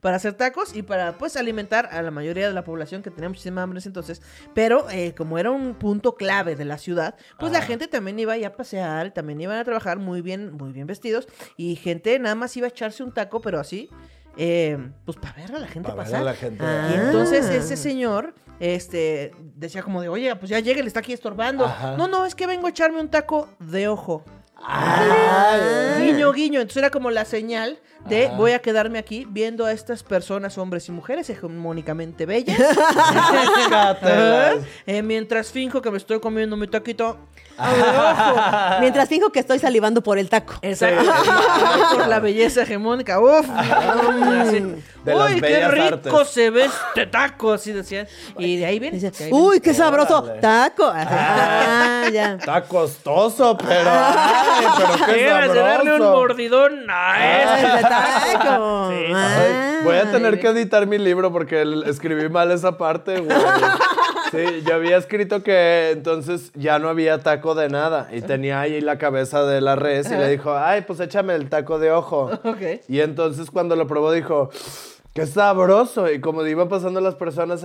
[SPEAKER 1] para hacer tacos y para pues alimentar a la mayoría mayoría de la población que tenía muchísima hambre en ese entonces, pero eh, como era un punto clave de la ciudad, pues la gente también iba ya a pasear, también iban a trabajar muy bien, muy bien vestidos, y gente nada más iba a echarse un taco, pero así, eh, pues para ver a la gente
[SPEAKER 3] Pa' ver a
[SPEAKER 1] pasar. Ah.
[SPEAKER 3] la gente.
[SPEAKER 1] Y entonces ese señor este, decía como de, oye, pues ya llegue, le está aquí estorbando.
[SPEAKER 3] Ajá.
[SPEAKER 1] No, no, es que vengo a echarme un taco de ojo.
[SPEAKER 3] Ay.
[SPEAKER 1] Guiño, guiño. Entonces era como la señal de voy a quedarme aquí viendo a estas personas, hombres y mujeres, hegemónicamente bellas. Ah,
[SPEAKER 3] Cátelas.
[SPEAKER 1] Eh, mientras finjo que me estoy comiendo mi taquito.
[SPEAKER 3] Ah.
[SPEAKER 1] de ojo.
[SPEAKER 2] Mientras finjo que estoy salivando por el taco.
[SPEAKER 1] Exacto. Por la belleza hegemónica. Uf. Así.
[SPEAKER 3] Ah, De las
[SPEAKER 1] Uy, qué
[SPEAKER 3] bellas
[SPEAKER 1] rico
[SPEAKER 3] artes.
[SPEAKER 1] se ve este taco. Así decían. Y de ahí viene.
[SPEAKER 2] Dice,
[SPEAKER 1] de ahí viene.
[SPEAKER 2] Uy, qué sabroso.
[SPEAKER 3] Órale.
[SPEAKER 2] Taco. Ah, ya.
[SPEAKER 3] Está costoso, pero. Ay, pero qué
[SPEAKER 1] Debes de darle un
[SPEAKER 3] sabroso.
[SPEAKER 1] mordidón a
[SPEAKER 2] Ah,
[SPEAKER 1] este
[SPEAKER 2] ese taco.
[SPEAKER 1] Sí.
[SPEAKER 2] Ah.
[SPEAKER 3] Ay, voy a tener que editar mi libro porque el- escribí mal esa parte, güey. Sí, yo había escrito que entonces ya no había taco de nada y tenía ahí la cabeza de la res y le dijo, ay, pues échame el taco de ojo.
[SPEAKER 1] Ok.
[SPEAKER 3] Y entonces cuando lo probó dijo, qué sabroso. Y como iban pasando las personas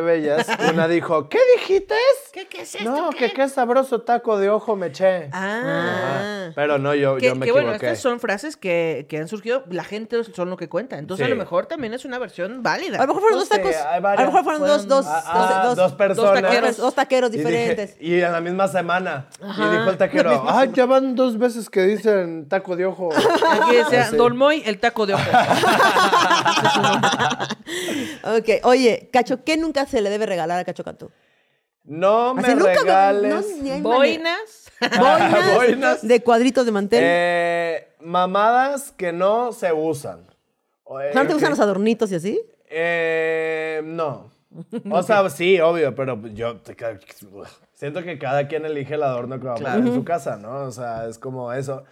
[SPEAKER 3] bellas, una dijo, ¿qué dijiste?
[SPEAKER 1] ¿Qué, qué es
[SPEAKER 3] No, que qué sabroso taco de ojo me eché.
[SPEAKER 1] Ah.
[SPEAKER 3] Ah, Pero no, yo,
[SPEAKER 1] Que,
[SPEAKER 3] yo me
[SPEAKER 1] que bueno,
[SPEAKER 3] equivoqué.
[SPEAKER 1] estas son frases que, que han surgido, la gente son lo que cuenta. Entonces,
[SPEAKER 3] Sí.
[SPEAKER 1] a lo mejor también es una versión válida.
[SPEAKER 2] A lo mejor fueron dos
[SPEAKER 3] No sé,
[SPEAKER 2] tacos.
[SPEAKER 3] hay
[SPEAKER 2] A lo
[SPEAKER 3] varios.
[SPEAKER 2] mejor fueron dos, dos,
[SPEAKER 3] Ah, ah,
[SPEAKER 2] dos,
[SPEAKER 3] dos personas.
[SPEAKER 2] Dos taqueros, dos taqueros
[SPEAKER 3] Y dije-
[SPEAKER 2] diferentes.
[SPEAKER 3] Y, en la misma semana. Y dijo el taquero, ah, ya van dos veces que dicen taco de ojo.
[SPEAKER 1] Aquí decía,
[SPEAKER 3] Sí.
[SPEAKER 1] Don Moy, el taco de ojo.
[SPEAKER 2] Ok, oye, Cacho, ¿qué nunca se le debe regalar a Cacho Cantú?
[SPEAKER 3] No me
[SPEAKER 2] Así nunca, güey,
[SPEAKER 3] regales.
[SPEAKER 2] no, ni hay manera.
[SPEAKER 1] Boinas.
[SPEAKER 2] Boinas,
[SPEAKER 3] Boinas.
[SPEAKER 2] de cuadritos de mantel.
[SPEAKER 3] Eh, mamadas que no se usan. O, eh,
[SPEAKER 2] ¿No te gustan
[SPEAKER 3] que-
[SPEAKER 2] los adornitos y así?
[SPEAKER 3] Eh, no. O sea, sí, obvio, pero yo te ca- siento que cada quien elige el adorno que va a poner en su casa, ¿no? O sea, es como eso.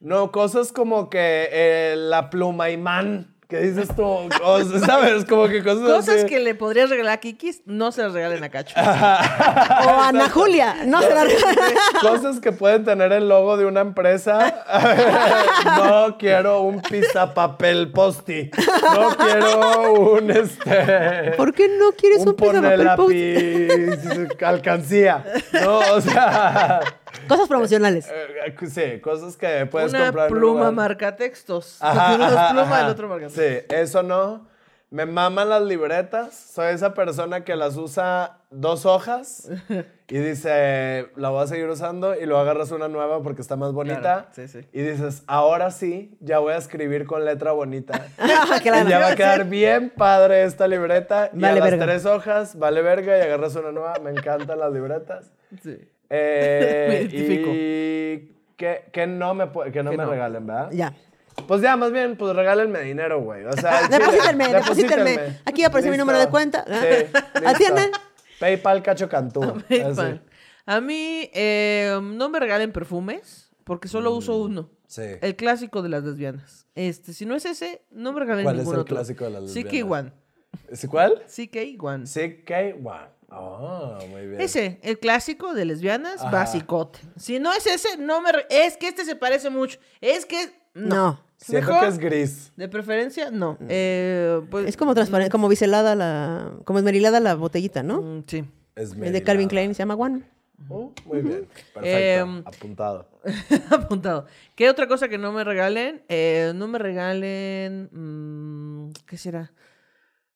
[SPEAKER 3] No, cosas como que eh, la pluma imán, que dices tú, o sea, ¿sabes? Como que cosas
[SPEAKER 1] Cosas
[SPEAKER 3] así.
[SPEAKER 1] que le podrías regalar a Kikis, no se las regalen a Cacho.
[SPEAKER 2] O a Ana Julia, no se la
[SPEAKER 3] Cosas que pueden tener el logo de una empresa. No quiero un papel posti. No quiero un este.
[SPEAKER 2] ¿Por qué no quieres un, pizza
[SPEAKER 3] ponel
[SPEAKER 2] papel post?
[SPEAKER 3] lápiz, alcancía. No, o sea.
[SPEAKER 2] Cosas promocionales.
[SPEAKER 3] eh, sí, cosas que puedes
[SPEAKER 1] Una
[SPEAKER 3] comprar. en un
[SPEAKER 1] pluma
[SPEAKER 3] lugar.
[SPEAKER 1] marca textos.
[SPEAKER 3] Ajá,
[SPEAKER 1] Uno es
[SPEAKER 3] ajá,
[SPEAKER 1] pluma, el
[SPEAKER 3] ajá.
[SPEAKER 1] otro marca textos.
[SPEAKER 3] Sí, eso no. Me maman las libretas. Soy esa persona que las usa dos hojas y dice, la voy a seguir usando y luego agarras una nueva porque está más bonita.
[SPEAKER 1] Claro, sí, sí.
[SPEAKER 3] Y dices, ahora sí, ya voy a escribir con letra bonita.
[SPEAKER 2] Claro.
[SPEAKER 3] Y ya va a quedar bien padre esta libreta. y a
[SPEAKER 2] Vale
[SPEAKER 3] las
[SPEAKER 2] verga.
[SPEAKER 3] tres hojas, vale verga, y agarras una nueva. Me encantan las libretas.
[SPEAKER 1] Sí.
[SPEAKER 3] Eh,
[SPEAKER 1] Me identifico.
[SPEAKER 3] Y que, que no me, pu- que no me regalen, ¿verdad?
[SPEAKER 2] Ya.
[SPEAKER 3] Pues ya, más bien, pues regálenme dinero, güey. O sea, al chile,
[SPEAKER 2] Deposítenme, deposítenme. Aquí aparece mi
[SPEAKER 3] Listo.
[SPEAKER 2] número de cuenta. ¿ah?
[SPEAKER 3] Sí, listo.
[SPEAKER 2] Atiendan. Ah,
[SPEAKER 3] PayPal Cacho Cantú.
[SPEAKER 1] Pan. A mí eh, no me regalen perfumes porque solo uso uno.
[SPEAKER 3] Mm. sí.
[SPEAKER 2] Eh.
[SPEAKER 1] El clásico de las lesbianas. Este, si no es ese, no me regalen
[SPEAKER 3] ¿Cuál es
[SPEAKER 1] ningún
[SPEAKER 3] el
[SPEAKER 1] otro.
[SPEAKER 3] clásico de las
[SPEAKER 1] CK
[SPEAKER 3] lesbianas?
[SPEAKER 1] One.
[SPEAKER 3] ¿Sí cuál?
[SPEAKER 1] CK One.
[SPEAKER 3] CK1. Oh, muy bien.
[SPEAKER 1] Ese, el clásico de lesbianas,
[SPEAKER 3] Ajá.
[SPEAKER 1] basicote. Si no es ese, no me... re- Es que este se parece mucho. Es que... No.
[SPEAKER 2] No. Mm.
[SPEAKER 3] Siento
[SPEAKER 1] Mejor,
[SPEAKER 3] que es gris.
[SPEAKER 1] de preferencia, no. Eh, pues-
[SPEAKER 2] Es como transparente, como biselada la. como esmerilada la botellita, ¿no?
[SPEAKER 1] Mm, Sí.
[SPEAKER 3] Es
[SPEAKER 2] El de Calvin
[SPEAKER 3] medio.
[SPEAKER 2] Klein se llama One.
[SPEAKER 3] Oh, muy bien. Perfecto.
[SPEAKER 1] Em,
[SPEAKER 3] Apuntado.
[SPEAKER 1] Apuntado. ¿Qué otra cosa que no me regalen? Eh, no me regalen... mm, ¿Qué será?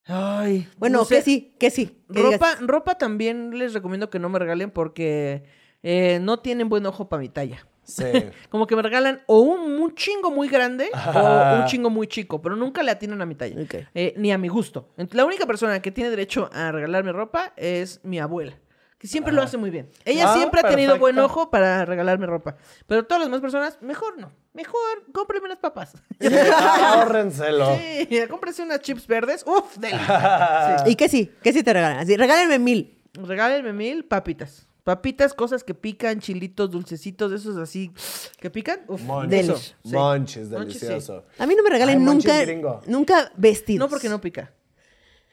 [SPEAKER 1] Ay.
[SPEAKER 2] Bueno,
[SPEAKER 1] no sé.
[SPEAKER 2] que sí, que sí. que digas,
[SPEAKER 1] Ropa, ropa también les recomiendo que no me regalen porque eh, no tienen buen ojo para mi talla.
[SPEAKER 3] Sí.
[SPEAKER 1] Como que me regalan o un, un chingo muy grande o un chingo muy chico, pero nunca le atinan a mi talla,
[SPEAKER 2] Ok.
[SPEAKER 1] eh, ni a mi gusto. Ent- La única persona que tiene derecho a regalarme ropa es mi abuela, que siempre lo hace muy bien. Ella
[SPEAKER 3] Ah,
[SPEAKER 1] siempre ha tenido buen
[SPEAKER 3] perfecto.
[SPEAKER 1] ojo para regalarme ropa, pero todas las demás personas, mejor no, mejor cómprenme unas papas.
[SPEAKER 3] Sí, Ahórrenselo.
[SPEAKER 1] sí, cómprense unas chips verdes, uff, deli. Sí.
[SPEAKER 2] Y que sí, que sí te regalan. Así, regálenme mil.
[SPEAKER 1] Regálenme mil papitas. Papitas, cosas que pican, chilitos, dulcecitos, de esos así que pican. Uf,
[SPEAKER 3] Monchis.
[SPEAKER 2] Deli.
[SPEAKER 1] eso, sí.
[SPEAKER 3] Monchis,
[SPEAKER 1] Monchis, sí.
[SPEAKER 3] delicioso.
[SPEAKER 2] A mí no me regalen
[SPEAKER 3] Ay, Monchis
[SPEAKER 2] nunca,
[SPEAKER 3] gringo.
[SPEAKER 2] nunca vestidos.
[SPEAKER 1] No porque no pica.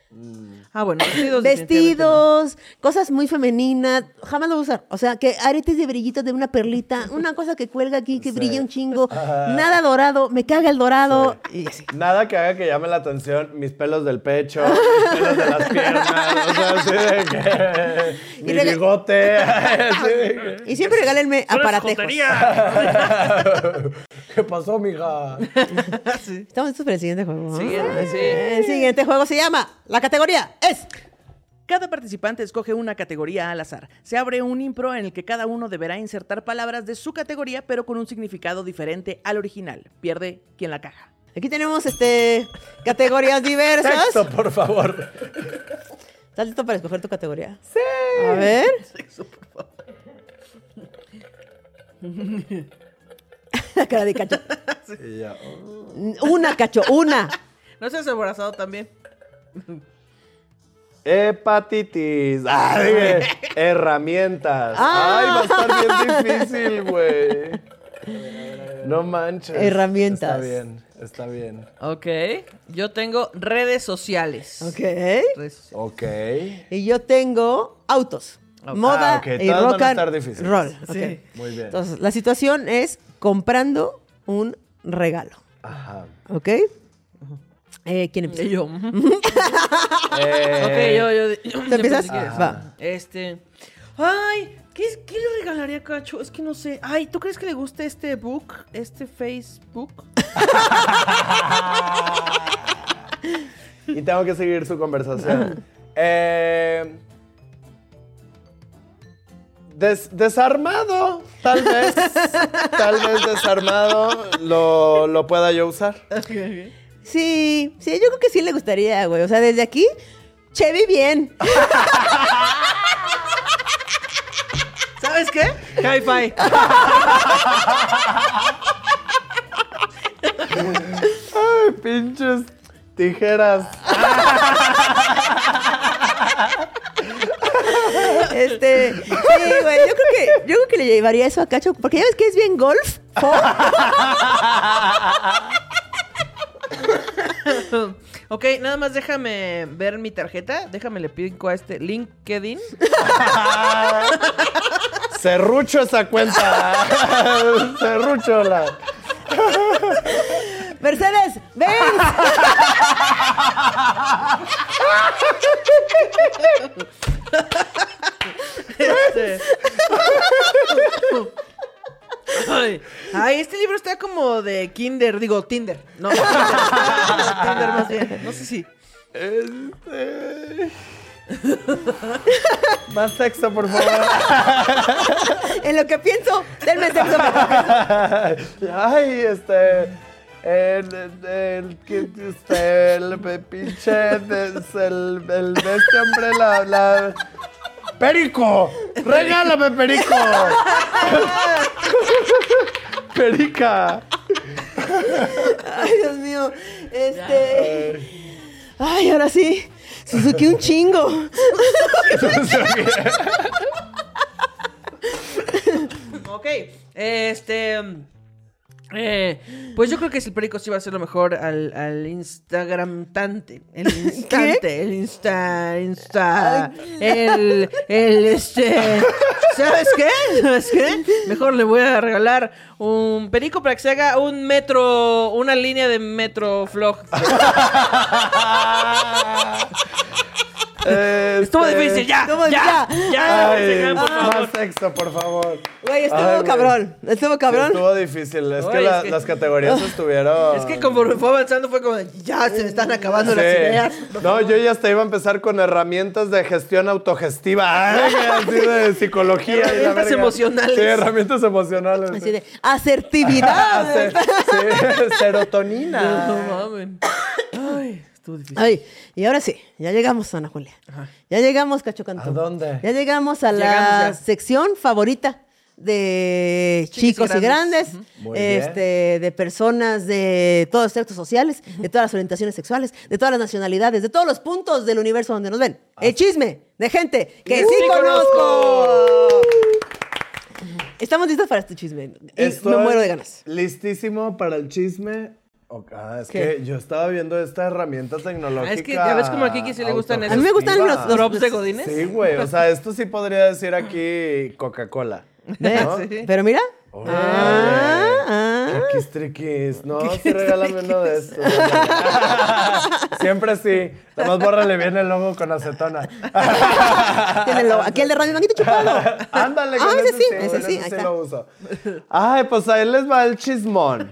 [SPEAKER 4] Mm.
[SPEAKER 1] Ah, bueno, vestidos. definitivamente no.
[SPEAKER 2] Vestidos, cosas muy femeninas, jamás lo voy a usar. O sea, que aretes de brillitos de una perlita, una cosa que cuelga aquí, que brilla un chingo, nada dorado, me caga el dorado. Y así.
[SPEAKER 3] Nada que haga que llame la atención mis pelos del pecho, mis pelos de las piernas, o sea, así de que.
[SPEAKER 2] Y
[SPEAKER 3] Mi
[SPEAKER 2] rega-
[SPEAKER 3] bigote. así de
[SPEAKER 2] Y siempre regálenme
[SPEAKER 5] ¡Tú eres
[SPEAKER 2] aparatejos.
[SPEAKER 5] jotería!
[SPEAKER 3] que, ¿Qué pasó, mija?
[SPEAKER 1] Sí.
[SPEAKER 2] Estamos listos para el siguiente juego. ¿no? Ah,
[SPEAKER 1] Siguiente, sí.
[SPEAKER 2] El siguiente juego se llama, la categoría es...
[SPEAKER 4] Cada participante escoge una categoría al azar. Se abre un impro en el que cada uno deberá insertar palabras de su categoría, pero con un significado diferente al original. Pierde quien la caja.
[SPEAKER 2] Aquí tenemos este categorías diversas.
[SPEAKER 3] Texto, por favor.
[SPEAKER 2] ¿Estás listo para escoger tu categoría? Sí. A ver. La cara de cacho.
[SPEAKER 3] Y ya, oh.
[SPEAKER 2] Una, cacho, una.
[SPEAKER 1] No seas abrazado también.
[SPEAKER 3] Hepatitis. Ay, Ah. güey. herramientas. Ay, va a estar bien difícil, güey. No manches.
[SPEAKER 2] Herramientas.
[SPEAKER 3] Está bien, está bien.
[SPEAKER 1] Ok. Yo tengo redes sociales.
[SPEAKER 2] Ok.
[SPEAKER 1] Redes sociales.
[SPEAKER 3] Ok.
[SPEAKER 2] Y yo tengo autos. Moda
[SPEAKER 3] Ah, ok,
[SPEAKER 2] y
[SPEAKER 3] todas van a
[SPEAKER 2] rock and
[SPEAKER 3] estar difíciles.
[SPEAKER 2] roll.
[SPEAKER 1] Sí.
[SPEAKER 2] Ok.
[SPEAKER 3] Muy bien.
[SPEAKER 2] Entonces, la situación es comprando un regalo.
[SPEAKER 3] Ajá.
[SPEAKER 2] ¿Ok? Eh, ¿Quién empieza?
[SPEAKER 1] Y yo. ujú.
[SPEAKER 3] Eh,
[SPEAKER 1] Ok, yo, yo. yo
[SPEAKER 2] ¿Te empiezas?
[SPEAKER 1] pensé que-
[SPEAKER 2] Ah, Va.
[SPEAKER 1] Este. Ay, ¿qué, es- qué le regalaría a Cacho? Es que no sé. Ay, ¿tú crees que le guste este book? ¿Este Facebook?
[SPEAKER 3] Y tengo que seguir su conversación. Eh, des- desarmado, tal vez. Tal vez desarmado lo, lo pueda yo usar.
[SPEAKER 2] Sí, sí, yo creo que sí le gustaría, güey. O sea, desde aquí, Chevy bien.
[SPEAKER 1] ¿Sabes qué? Hi-Fi.
[SPEAKER 3] Ay, pinches tijeras.
[SPEAKER 2] Este, sí, güey, yo creo que, yo creo que le llevaría eso a Cacho, porque ya ves que es bien golf.
[SPEAKER 1] ok, nada más déjame ver mi tarjeta. Déjame le pido a este LinkedIn.
[SPEAKER 3] Cerrucho esa cuenta. Cerrucho la.
[SPEAKER 2] Mercedes, ven.
[SPEAKER 1] Este. Ay, ay, este libro está como de Kinder, digo Tinder. No, Tinder más bien. No sé si.
[SPEAKER 3] Este... Más sexo, por favor.
[SPEAKER 2] En lo que pienso, denme sexo.
[SPEAKER 3] Ay, este. El, el, el, que- este, el pe- pinche. des- El, el de este hombre, la, la. ¡Perico! ¡Regálame, Perico! ¡Perica!
[SPEAKER 2] Ay, Dios mío. Este. Ay, ahora sí. Suzuki un chingo.
[SPEAKER 1] Ok, este. eh, pues yo creo que si el perico sí va a ser lo mejor al, al Instagram tante. El instante, el insta, insta. El, el, este. ¿Sabes qué? ¿Sabes qué? Mejor le voy a regalar un perico para que se haga un metro, una línea de metro vlog. Estuvo
[SPEAKER 3] Este,
[SPEAKER 1] difícil, ya.
[SPEAKER 2] Estuvo-
[SPEAKER 1] ya,
[SPEAKER 2] ya.
[SPEAKER 1] ya.
[SPEAKER 3] Ay,
[SPEAKER 1] Instagram, por favor.
[SPEAKER 3] más sexo, por favor.
[SPEAKER 2] Güey, estuvo
[SPEAKER 3] Ay, güey.
[SPEAKER 2] cabrón. Estuvo cabrón.
[SPEAKER 3] Estuvo difícil. Es que,
[SPEAKER 1] Ay,
[SPEAKER 3] la-
[SPEAKER 1] es que-
[SPEAKER 3] las categorías estuvieron.
[SPEAKER 1] Es que conforme fue avanzando fue como, de, ya se me están acabando las
[SPEAKER 3] Sí.
[SPEAKER 1] ideas.
[SPEAKER 3] No, yo ya hasta iba a empezar con herramientas de gestión autogestiva, Ay, así de psicología. y la
[SPEAKER 1] Herramientas
[SPEAKER 3] verga.
[SPEAKER 1] emocionales.
[SPEAKER 3] Sí, herramientas emocionales.
[SPEAKER 2] Así de asertividad.
[SPEAKER 3] Ah, sí, sí, serotonina.
[SPEAKER 1] No mames. Ay, estuvo difícil.
[SPEAKER 2] Ay, y ahora sí, ya llegamos, Ana Julia. Ya llegamos, Cacho Cantú.
[SPEAKER 3] ¿A dónde?
[SPEAKER 2] Ya llegamos a la
[SPEAKER 1] Llegamos ya.
[SPEAKER 2] sección favorita de
[SPEAKER 1] Chiquis
[SPEAKER 2] chicos
[SPEAKER 1] y
[SPEAKER 2] y grandes,
[SPEAKER 3] Muy bien.
[SPEAKER 2] este, de personas de todos los sectos sociales, de todas las orientaciones sexuales, de todas las nacionalidades, de todos los puntos del universo donde nos ven. El chisme de gente que sí, conozco. Estamos listos para este chisme. Y
[SPEAKER 3] Estoy
[SPEAKER 2] me muero de ganas.
[SPEAKER 3] Listísimo para el chisme. Ok, ah, es
[SPEAKER 2] ¿Qué?
[SPEAKER 3] que yo estaba viendo esta herramienta tecnológica.
[SPEAKER 1] Ah, es que ya ves como a Kiki sí le gustan
[SPEAKER 2] A mí me gustan los-
[SPEAKER 3] autogestiva.
[SPEAKER 2] los-
[SPEAKER 1] ¿Props de Godines?
[SPEAKER 3] Sí, güey. O sea, esto sí podría decir aquí Coca-Cola. ¿no?
[SPEAKER 1] Sí.
[SPEAKER 2] ¿Eh? Pero mira.
[SPEAKER 3] Órale.
[SPEAKER 2] Ah, ah.
[SPEAKER 3] Chiquis triquis. No, sí regálame uno de estos. Siempre sí. Nomás bórrale bien el logo con acetona.
[SPEAKER 1] ah.
[SPEAKER 2] Tiene lo- aquí el de Radio Manguito Chupalo.
[SPEAKER 3] Ándale,
[SPEAKER 2] Ah,
[SPEAKER 3] con
[SPEAKER 2] ese sí,
[SPEAKER 3] güey,
[SPEAKER 2] ese
[SPEAKER 3] ese
[SPEAKER 2] sí, ahí está.
[SPEAKER 3] lo uso. Ay, pues ahí les va el chismón.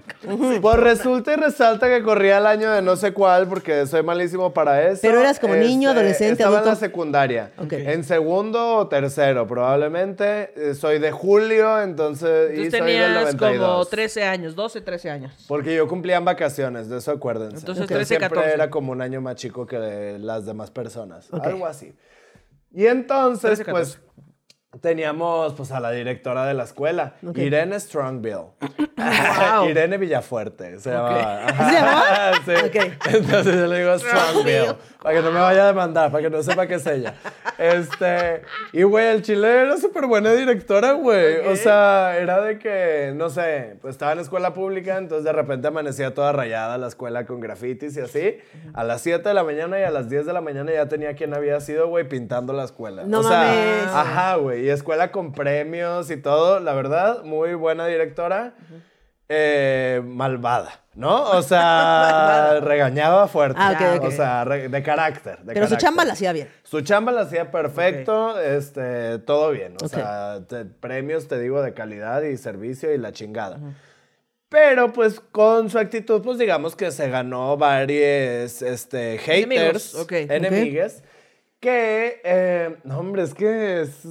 [SPEAKER 3] Pues resulta y resalta que corría el año de no sé cuál, porque soy malísimo para eso. Este,
[SPEAKER 2] Pero eras como niño, adolescente,
[SPEAKER 3] estaba en la
[SPEAKER 2] adulto.
[SPEAKER 3] secundaria.
[SPEAKER 2] Ok.
[SPEAKER 3] En segundo o tercero, probablemente. Eh, Soy de julio, entonces. y
[SPEAKER 1] Entonces
[SPEAKER 3] soy del
[SPEAKER 1] tenías
[SPEAKER 3] 92.
[SPEAKER 1] como 13 años, 12, 13 años.
[SPEAKER 3] Porque yo cumplía en vacaciones, de eso acuérdense.
[SPEAKER 1] Entonces,
[SPEAKER 3] Que
[SPEAKER 1] 13,
[SPEAKER 3] siempre
[SPEAKER 1] 14.
[SPEAKER 3] era como un año más chico que las demás personas, algo así. Y entonces,
[SPEAKER 1] 13,
[SPEAKER 3] pues, teníamos pues a la directora de la escuela, Irene Strongville.
[SPEAKER 1] Wow.
[SPEAKER 3] Irene Villafuerte, se llamaba.
[SPEAKER 2] ¿Así se llamaba?
[SPEAKER 3] Sí.
[SPEAKER 2] Ok.
[SPEAKER 3] Entonces yo le digo Strongville, para que no me vaya a demandar, para que no sepa que es ella. Este, y güey, el chile era súper buena directora, güey. O sea, era de que, no sé, pues estaba en la escuela pública, entonces de repente amanecía toda rayada la escuela con grafitis y así. A las 7 de la mañana y a las 10 de la mañana ya tenía quien había sido, güey, pintando la escuela.
[SPEAKER 2] No
[SPEAKER 3] o sea,
[SPEAKER 2] mames.
[SPEAKER 3] ajá, güey, y escuela con premios y todo, la verdad, muy buena directora. Eh, malvada, ¿no? O sea, regañaba fuerte.
[SPEAKER 2] Ah, ok, ok.
[SPEAKER 3] O sea, re- de carácter. de
[SPEAKER 2] Pero su
[SPEAKER 3] carácter.
[SPEAKER 2] chamba la hacía bien.
[SPEAKER 3] Su chamba la hacía perfecto, este, todo bien. O
[SPEAKER 2] Ok.
[SPEAKER 3] sea, te- premios, te digo, de calidad y servicio y la chingada. Pero pues con su actitud, pues digamos que se ganó varios este, haters,
[SPEAKER 1] Enemigos, ok.
[SPEAKER 3] enemigues, que, eh, no hombre, es que es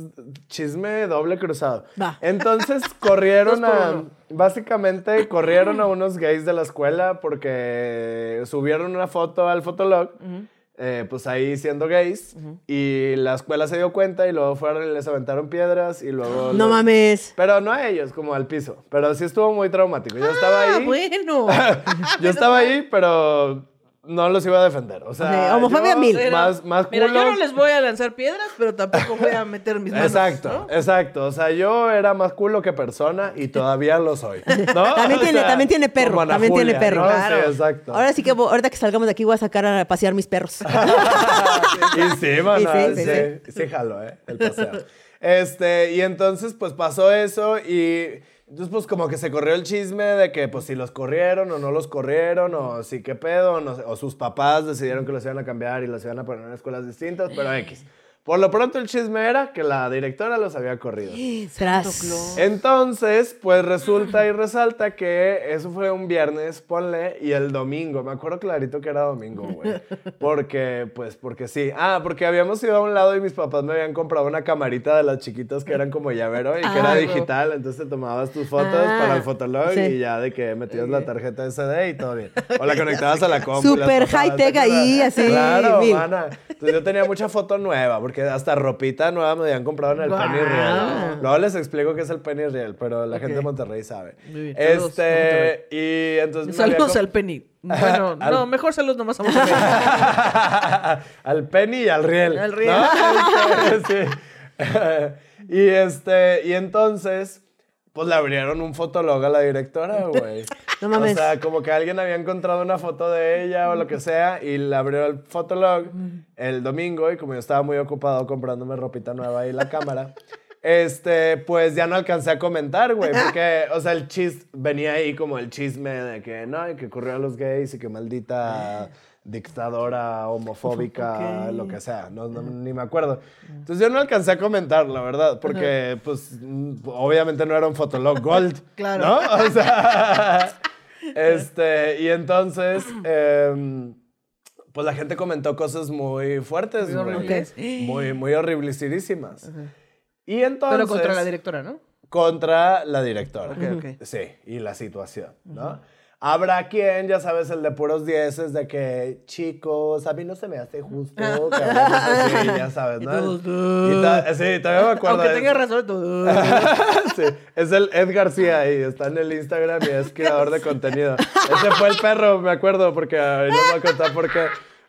[SPEAKER 3] chisme doble cruzado.
[SPEAKER 2] Va.
[SPEAKER 3] Entonces corrieron
[SPEAKER 1] Dos por
[SPEAKER 3] a,
[SPEAKER 1] uno.
[SPEAKER 3] básicamente corrieron a unos gays de la escuela porque subieron una foto al fotolog. eh, pues ahí siendo gays y la escuela se dio cuenta y luego fueron y les aventaron piedras y luego
[SPEAKER 2] No
[SPEAKER 3] lo-
[SPEAKER 2] mames.
[SPEAKER 3] pero no a ellos, como al piso. Pero sí estuvo muy traumático. Yo estaba
[SPEAKER 1] Ah,
[SPEAKER 3] ahí.
[SPEAKER 1] bueno.
[SPEAKER 3] Yo estaba ahí, pero no los iba a defender. O sea,
[SPEAKER 2] Ok, homofobia
[SPEAKER 3] yo
[SPEAKER 2] mil.
[SPEAKER 1] Pero-
[SPEAKER 3] Más, más
[SPEAKER 1] Mira,
[SPEAKER 3] culo.
[SPEAKER 1] yo no les voy a lanzar piedras, pero tampoco voy a meter mis manos.
[SPEAKER 3] Exacto, exacto. O sea, yo era más culo que persona y todavía lo soy. ¿no?
[SPEAKER 2] También
[SPEAKER 3] O
[SPEAKER 2] tiene-
[SPEAKER 3] sea,
[SPEAKER 2] también tiene perro,
[SPEAKER 3] como Ana
[SPEAKER 2] también tiene perro.
[SPEAKER 3] ¿no?
[SPEAKER 2] Claro.
[SPEAKER 3] Sí, exacto.
[SPEAKER 2] Ahora sí que vo- ahorita que salgamos de aquí voy a sacar a pasear mis perros.
[SPEAKER 3] y sí, maná,
[SPEAKER 2] Y sí, sí,
[SPEAKER 3] sí, sí, jalo, ¿eh? El paseo. Este, y entonces, pues pasó eso y. Entonces, pues como que se corrió el chisme de que, pues si los corrieron o no los corrieron, o sí, qué pedo, o no sé, o sus papás decidieron que los iban a cambiar y los iban a poner en escuelas distintas, pero X. Por lo pronto, el chisme era que la directora los había corrido.
[SPEAKER 2] Tras.
[SPEAKER 3] Entonces, pues resulta y resalta que eso fue un viernes, ponle, y el domingo, me acuerdo clarito que era domingo, güey. Porque, pues, porque sí. Ah, porque habíamos ido a un lado y mis papás me habían comprado una camarita de las chiquitas que eran como llavero y que era
[SPEAKER 2] Ah, no.
[SPEAKER 3] digital, entonces te tomabas tus fotos
[SPEAKER 2] Ah,
[SPEAKER 3] para el fotolog
[SPEAKER 2] sí.
[SPEAKER 3] y ya de que metías la tarjeta SD y todo bien. O la conectabas a la compu. y las
[SPEAKER 2] Súper
[SPEAKER 3] pasabas,
[SPEAKER 2] high-tech
[SPEAKER 3] ¿te acuerdas?
[SPEAKER 2] ahí, así,
[SPEAKER 3] Claro,
[SPEAKER 2] mil.
[SPEAKER 3] mana. Entonces yo tenía mucha foto nueva, porque hasta ropita nueva me habían comprado en el Penny Real. Luego les explico qué es el Penny Real, pero la gente de Monterrey sabe.
[SPEAKER 1] Muy bien, saludos, Monterrey.
[SPEAKER 3] Este, y entonces me había
[SPEAKER 1] Saludos
[SPEAKER 3] com-
[SPEAKER 1] al Penny. Bueno,
[SPEAKER 3] Al-
[SPEAKER 1] no, mejor saludos nomás a Monterrey.
[SPEAKER 3] al Penny y al Riel.
[SPEAKER 1] Al riel.
[SPEAKER 3] ¿no? Este, sí. y este, y entonces, pues le abrieron un fotólogo a la directora, güey.
[SPEAKER 2] No mames.
[SPEAKER 3] O sea, como que alguien había encontrado una foto de ella o lo que sea y le abrió el fotolog el domingo y como yo estaba muy ocupado comprándome ropita nueva y la cámara. Este, pues ya no alcancé a comentar, güey, porque, o sea, el chis venía ahí como el chisme de que no, y que ocurrió a los gays y que maldita dictadora homofóbica, lo que sea, no, no- ni me acuerdo. Entonces yo no alcancé a comentar, la verdad, porque, pues, mm, obviamente no era un fotolog gold,
[SPEAKER 1] Claro.
[SPEAKER 3] ¿no? O sea, este, y entonces, em, pues la gente comentó cosas muy fuertes,
[SPEAKER 1] Muy
[SPEAKER 3] güey.
[SPEAKER 1] horribles.
[SPEAKER 3] muy, muy horriblicidísimas. Y entonces...
[SPEAKER 1] Pero contra la directora, ¿no?
[SPEAKER 3] Contra la directora.
[SPEAKER 1] Ok, ok.
[SPEAKER 3] Sí, y la situación, ¿no? Habrá quien, ya sabes, el de puros dieces, de que, chicos, a mí no se me hace justo. que hablemos así", ya sabes, ¿no?
[SPEAKER 1] Y todos, "Duh".
[SPEAKER 3] Y ta- sí, todavía me acuerdo.
[SPEAKER 1] Aunque
[SPEAKER 3] de
[SPEAKER 1] tenga
[SPEAKER 3] eso.
[SPEAKER 1] razón, tú.
[SPEAKER 3] Sí, es el Ed García ahí, está en el Instagram y es creador de contenido. Ese fue el perro, me acuerdo, porque ahí les voy a contar porque,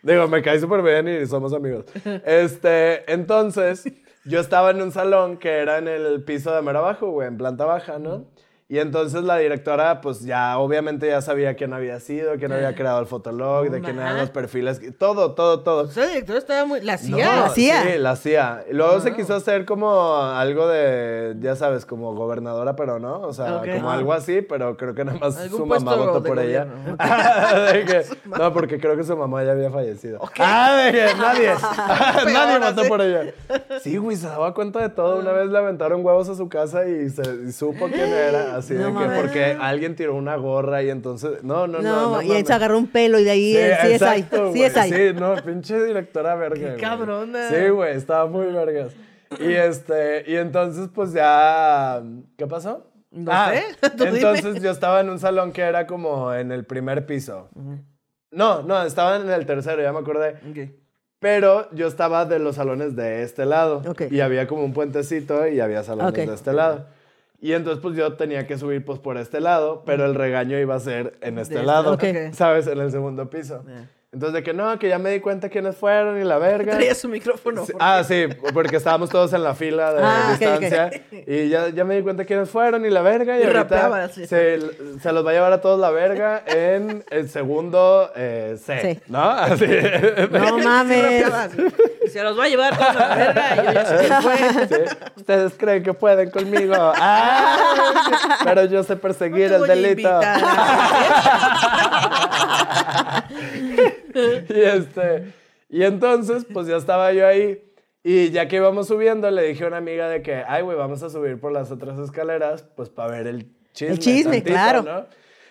[SPEAKER 3] digo, me caí súper bien y somos amigos. Este, entonces, yo estaba en un salón que era en el piso de mero abajo, güey, en planta baja, ¿no? Y entonces la directora, pues ya obviamente ya sabía quién había sido, quién había creado el fotolog, de quién eran
[SPEAKER 1] Ajá.
[SPEAKER 3] los perfiles, todo, todo, todo.
[SPEAKER 1] O sea, el director estaba muy... La
[SPEAKER 3] No,
[SPEAKER 1] hacía.
[SPEAKER 2] la hacía.
[SPEAKER 3] Sí, la hacía. Y Luego se quiso hacer como algo de, ya sabes, como gobernadora, pero no. O sea,
[SPEAKER 1] Ok.
[SPEAKER 3] como
[SPEAKER 1] Ah.
[SPEAKER 3] algo así, pero creo que nada más
[SPEAKER 1] Algún
[SPEAKER 3] su mamá
[SPEAKER 1] puesto
[SPEAKER 3] votó
[SPEAKER 1] de
[SPEAKER 3] por ella.
[SPEAKER 1] gobierno.
[SPEAKER 3] De que- no, porque creo que su mamá ya había fallecido. Ah, de que nadie. nadie
[SPEAKER 1] ahora
[SPEAKER 3] votó
[SPEAKER 1] sí.
[SPEAKER 3] por ella. Sí, güey, se daba cuenta de todo. Una vez le aventaron huevos a su casa y, se, y supo quién era. Así
[SPEAKER 2] No
[SPEAKER 3] de que,
[SPEAKER 2] mames.
[SPEAKER 3] porque alguien tiró una gorra y entonces. No, no, no.
[SPEAKER 2] No,
[SPEAKER 3] no
[SPEAKER 2] y él
[SPEAKER 3] mames.
[SPEAKER 2] se agarró un pelo y de ahí él sí, es ahí.
[SPEAKER 3] exacto,
[SPEAKER 2] Sí es
[SPEAKER 3] güey.
[SPEAKER 2] ahí. eh.
[SPEAKER 3] Sí, no, pinche directora verga. güey.
[SPEAKER 1] cabrona.
[SPEAKER 3] Sí, güey, estaba muy vergas. Y este, y entonces pues ya ¿qué pasó? Ah,
[SPEAKER 1] No sé, tú dime.
[SPEAKER 3] entonces yo estaba en un salón que era como en el primer piso. No, no, estaba en el tercero, ya me acordé.
[SPEAKER 1] Ok.
[SPEAKER 3] Pero yo estaba de los salones de este lado.
[SPEAKER 2] Ok.
[SPEAKER 3] Y había como un puentecito y había salones
[SPEAKER 2] Ok.
[SPEAKER 3] de este lado. Y entonces pues yo tenía que subir pues por este lado, pero el regaño iba a ser en este
[SPEAKER 1] este lado,
[SPEAKER 3] lado,
[SPEAKER 1] ok.
[SPEAKER 3] ¿sabes? En el segundo piso. Entonces de que no, que ya me di cuenta quiénes fueron y la verga.
[SPEAKER 1] Traía su micrófono.
[SPEAKER 3] Sí,
[SPEAKER 1] por-
[SPEAKER 3] Ah, sí, porque estábamos todos en la fila de
[SPEAKER 2] Ah, ok, ok.
[SPEAKER 3] distancia. Y ya, ya me di cuenta quiénes fueron y la verga. Y,
[SPEAKER 1] Y
[SPEAKER 3] ahorita
[SPEAKER 1] rapeaba así.
[SPEAKER 3] se, se los va a llevar a todos la verga en el segundo eh, C.
[SPEAKER 2] Sí.
[SPEAKER 3] ¿No? Así.
[SPEAKER 2] No mames.
[SPEAKER 1] Y se los va a llevar toda la verga. Y yo ya sé quién fue.
[SPEAKER 3] Sí. Ustedes creen que pueden conmigo. Ah, pero yo sé perseguir
[SPEAKER 1] No te
[SPEAKER 3] el
[SPEAKER 1] voy a
[SPEAKER 3] delito. y este. Y entonces, pues ya estaba yo ahí. Y ya que íbamos subiendo, le dije a una amiga de que, ay, güey, vamos a subir por las otras escaleras, pues para ver el chisme.
[SPEAKER 2] El chisme, claro.
[SPEAKER 3] ¿no?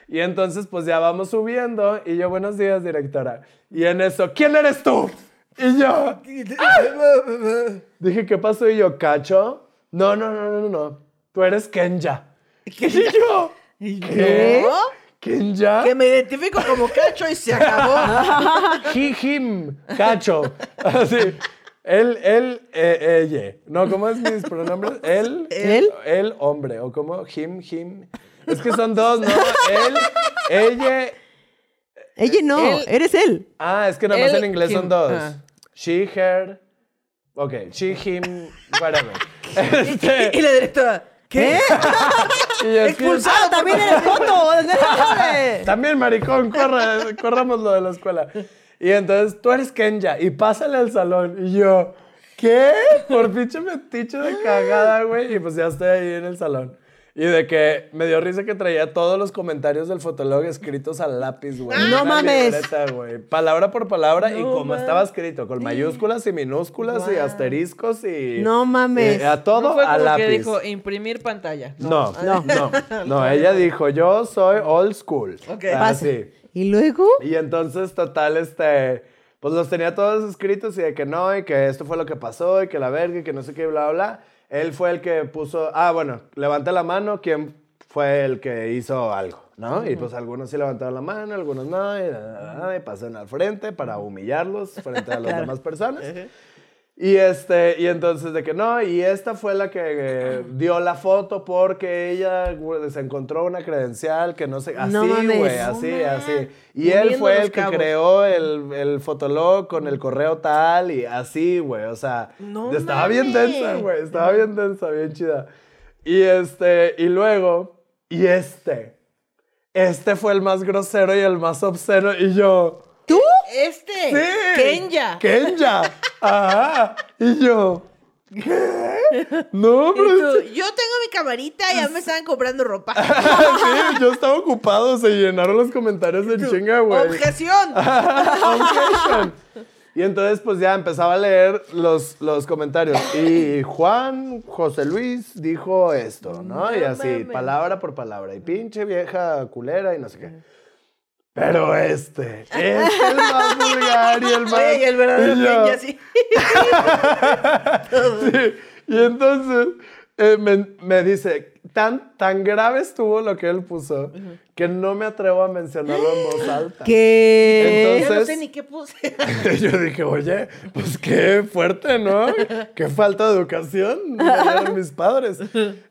[SPEAKER 3] Y entonces, pues ya vamos subiendo. Y yo, buenos días, directora. Y en eso, ¿quién eres tú? Y yo, Dije, ¿qué pasó? Y yo, ¿cacho? No, no, no, no, no, no. Tú eres Kenja. ¿Qué? Y yo, ¿qué? ¿Kenja?
[SPEAKER 1] Que me identifico como cacho y se acabó.
[SPEAKER 3] He, him, cacho. Así. Él, él, eh, ella. No, ¿cómo es mis pronombres? Él.
[SPEAKER 2] ¿Él?
[SPEAKER 3] Él, hombre. O como him, him. Es que son dos, ¿no? Él, ella.
[SPEAKER 2] Ella no,
[SPEAKER 1] Él-
[SPEAKER 2] eres él.
[SPEAKER 3] Ah, es que nada más
[SPEAKER 1] Él,
[SPEAKER 3] en inglés
[SPEAKER 1] him,
[SPEAKER 3] son dos.
[SPEAKER 1] ah.
[SPEAKER 3] She, her. Ok, she, him, whatever. Este,
[SPEAKER 1] Y la directora. ¿Qué?
[SPEAKER 3] y así es.
[SPEAKER 1] Expulsado
[SPEAKER 2] Ah, También eres foto.
[SPEAKER 3] También, maricón, corra, corramos lo de la escuela. Y entonces, tú eres Kenya y pásale al salón. Y yo, ¿qué? Por pinche metiche de cagada, güey. Y pues ya estoy ahí en el salón. Y de que me dio risa que traía todos los comentarios del fotolog escritos al lápiz, güey. en
[SPEAKER 2] No
[SPEAKER 3] una
[SPEAKER 2] mames.
[SPEAKER 3] libreta, güey. Palabra por palabra y como estaba escrito, con mayúsculas y minúsculas y asteriscos y.
[SPEAKER 2] No mames.
[SPEAKER 3] y a todo
[SPEAKER 1] No fue
[SPEAKER 3] al
[SPEAKER 1] como
[SPEAKER 3] lápiz.
[SPEAKER 1] que dijo imprimir pantalla.
[SPEAKER 3] No, no, no, no. Ella dijo, yo soy old school.
[SPEAKER 1] Ok.
[SPEAKER 3] Así.
[SPEAKER 2] Y luego,
[SPEAKER 3] Y entonces, total, este, pues los tenía todos escritos y de que no, y que esto fue lo que pasó, y que la verga, y que no sé qué, bla, bla, bla. Él fue el que puso, ah, bueno, levanta la mano, ¿quién fue el que hizo algo? ¿No? Y pues algunos sí levantaron la mano, algunos no, y, da, da, da, y pasaron al frente para humillarlos frente a las demás personas. Y este, y entonces de que no, y esta fue la que eh, dio la foto porque ella güey, se encontró una credencial que no sé, así,
[SPEAKER 2] No mames.
[SPEAKER 3] güey,
[SPEAKER 2] No
[SPEAKER 3] así,
[SPEAKER 1] mames.
[SPEAKER 3] así. Y
[SPEAKER 1] Uniendo
[SPEAKER 3] él fue
[SPEAKER 1] los
[SPEAKER 3] el que
[SPEAKER 1] cabos.
[SPEAKER 3] creó el, el fotolog con el correo tal y así, güey, o sea,
[SPEAKER 1] No
[SPEAKER 3] estaba bien densa,
[SPEAKER 1] mames.
[SPEAKER 3] güey, estaba bien densa, bien chida. Y este, y luego, y este, este fue el más grosero y el más obsceno y yo...
[SPEAKER 2] ¿tú?
[SPEAKER 1] Este.
[SPEAKER 3] Sí.
[SPEAKER 1] Kenya.
[SPEAKER 3] Kenya. Ajá. Y yo. ¿Qué? No,
[SPEAKER 1] Y
[SPEAKER 3] pero.
[SPEAKER 1] tú, Yo tengo mi camarita y ya me estaban comprando ropa.
[SPEAKER 3] Ah, Sí, yo estaba ocupado. Se llenaron los comentarios en chinga, güey. Ah.
[SPEAKER 1] Objeción.
[SPEAKER 3] Objection. Y entonces, pues ya empezaba a leer los, los comentarios. Y Juan José Luis dijo esto, ¿no? y
[SPEAKER 1] No
[SPEAKER 3] así,
[SPEAKER 1] mames.
[SPEAKER 3] palabra por palabra. Y pinche vieja culera y no sé qué. Pero este, este es el más vulgar y el más.
[SPEAKER 1] Oye, y el verdadero
[SPEAKER 3] Y yo,
[SPEAKER 1] Kenya, sí.
[SPEAKER 3] Sí, Y entonces eh, me, me dice, tan, tan grave estuvo lo que él puso que no me atrevo a mencionarlo en voz alta.
[SPEAKER 2] Que.
[SPEAKER 1] Ya no sé
[SPEAKER 3] Entonces-
[SPEAKER 1] ni qué puse.
[SPEAKER 3] Yo dije, oye, pues qué fuerte, ¿no? Qué falta de educación me dieron mis padres.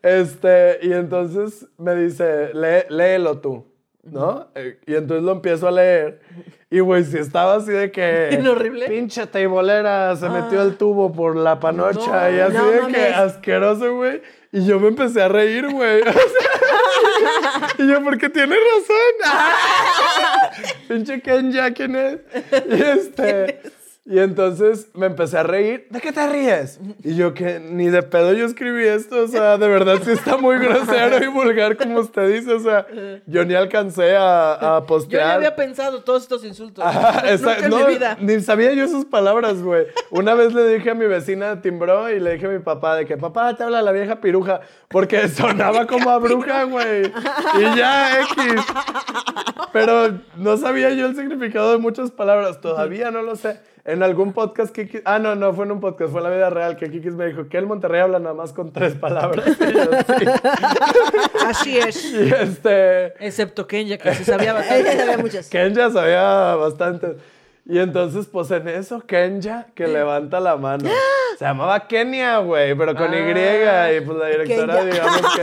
[SPEAKER 3] Este, y entonces me dice, "Lee- léelo tú, ¿no? Eh, Y entonces lo empiezo a leer. Y, güey, si estaba así de que...
[SPEAKER 1] Bien horrible.
[SPEAKER 3] Pinche teibolera, se metió el tubo por la panocha. y así
[SPEAKER 2] Ah. no
[SPEAKER 3] de que
[SPEAKER 2] mames.
[SPEAKER 3] asqueroso, güey. Y yo me empecé a reír, güey. O sea, Y yo, porque tiene razón. Pinche Ken, ya, ¿quién es? Y este. Y entonces me empecé a reír. ¿De qué te ríes? Y yo que ni de pedo yo escribí esto. O sea, de verdad sí está muy grosero y vulgar como usted dice. O sea, yo ni alcancé a, a
[SPEAKER 1] Yo
[SPEAKER 3] postear.
[SPEAKER 1] no había pensado todos estos insultos.
[SPEAKER 3] Ajá,
[SPEAKER 1] Nunca
[SPEAKER 3] Ah, esa-
[SPEAKER 1] en
[SPEAKER 3] no,
[SPEAKER 1] mi vida.
[SPEAKER 3] Ni sabía yo sus palabras, güey. Una vez le dije a mi vecina timbró y le dije a mi papá de que papá te habla la vieja piruja porque sonaba como a bruja, güey. Y ya X. Pero no sabía yo el significado de muchas palabras. Todavía no lo sé. En algún podcast, Kiki. Ah, no, no, fue en un podcast, fue en la vida real que Kikis me dijo que el Monterrey habla nada más con tres palabras. Y yo, sí.
[SPEAKER 1] Así es.
[SPEAKER 3] Y este.
[SPEAKER 1] Excepto Kenya, que se sabía
[SPEAKER 2] Ella
[SPEAKER 1] bastante.
[SPEAKER 2] sabía muchas.
[SPEAKER 3] Kenya sabía bastante. Y entonces, pues en eso, Kenya, que levanta la mano. Se llamaba Kenia, güey, pero con Y. Y pues la directora,
[SPEAKER 2] Kenya.
[SPEAKER 3] digamos que.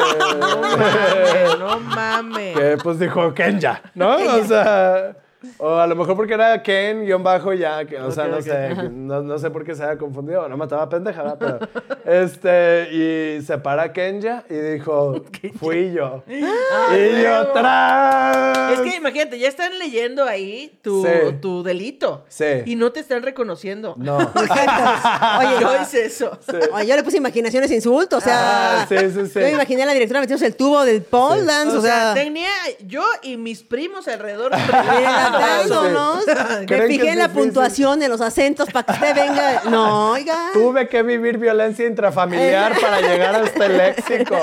[SPEAKER 1] Mames, no mames.
[SPEAKER 3] que pues dijo Kenya, ¿no? O sea. O a lo mejor porque era Ken guión bajo ya, que, o sea, no sé, que no, no sé por qué se había confundido, no mataba pendejada, pero este, y se para Kenya y dijo, fui yo. y yo, ¡tras!
[SPEAKER 1] Ah, Es que imagínate, ya están leyendo ahí tu,
[SPEAKER 3] Sí.
[SPEAKER 1] tu delito.
[SPEAKER 3] Sí.
[SPEAKER 1] Y no te están reconociendo.
[SPEAKER 3] No.
[SPEAKER 2] Oye,
[SPEAKER 1] Yo hice eso.
[SPEAKER 2] Oye, yo le puse imaginaciones e insultos, o sea.
[SPEAKER 3] Ah, sí, sí, sí.
[SPEAKER 2] Yo me imaginé a la directora metiéndose el tubo del pole dance,
[SPEAKER 1] O sea,
[SPEAKER 2] te
[SPEAKER 1] tenía yo y mis primos alrededor. Ah,
[SPEAKER 2] dándonos.
[SPEAKER 3] ¿Creen
[SPEAKER 2] Me
[SPEAKER 3] que
[SPEAKER 2] fijé
[SPEAKER 3] es
[SPEAKER 2] en la
[SPEAKER 3] difícil?
[SPEAKER 2] puntuación, en los acentos, para que usted venga. No, oiga.
[SPEAKER 3] Tuve que vivir violencia
[SPEAKER 2] Eh.
[SPEAKER 3] intrafamiliar para llegar a este léxico.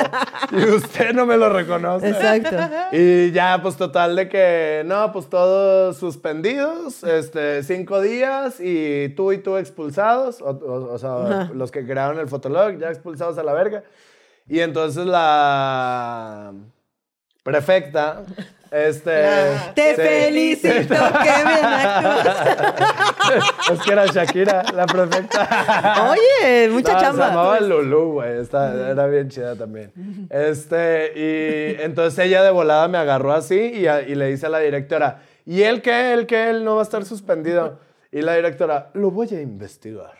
[SPEAKER 3] Y usted no me lo reconoce.
[SPEAKER 2] Exacto.
[SPEAKER 3] Y ya, pues total de que, no, pues todos suspendidos, este, cinco días y tú y tú expulsados, o, o- o sea, los que crearon el fotolog, ya expulsados a la verga. Y entonces la prefecta, este...
[SPEAKER 2] Te
[SPEAKER 3] se-
[SPEAKER 2] felicito, qué bien actúas.
[SPEAKER 3] Es que era Shakira, la prefecta.
[SPEAKER 2] Oye, mucha
[SPEAKER 3] No, Se
[SPEAKER 2] chamba.
[SPEAKER 3] llamaba Lulú, güey. Está- Era bien chida también. Este, y entonces ella de volada me agarró así y, a- y le dice a la directora, ¿y él qué? ¿Él qué? Él no va a estar suspendido. Y la directora, lo voy a investigar.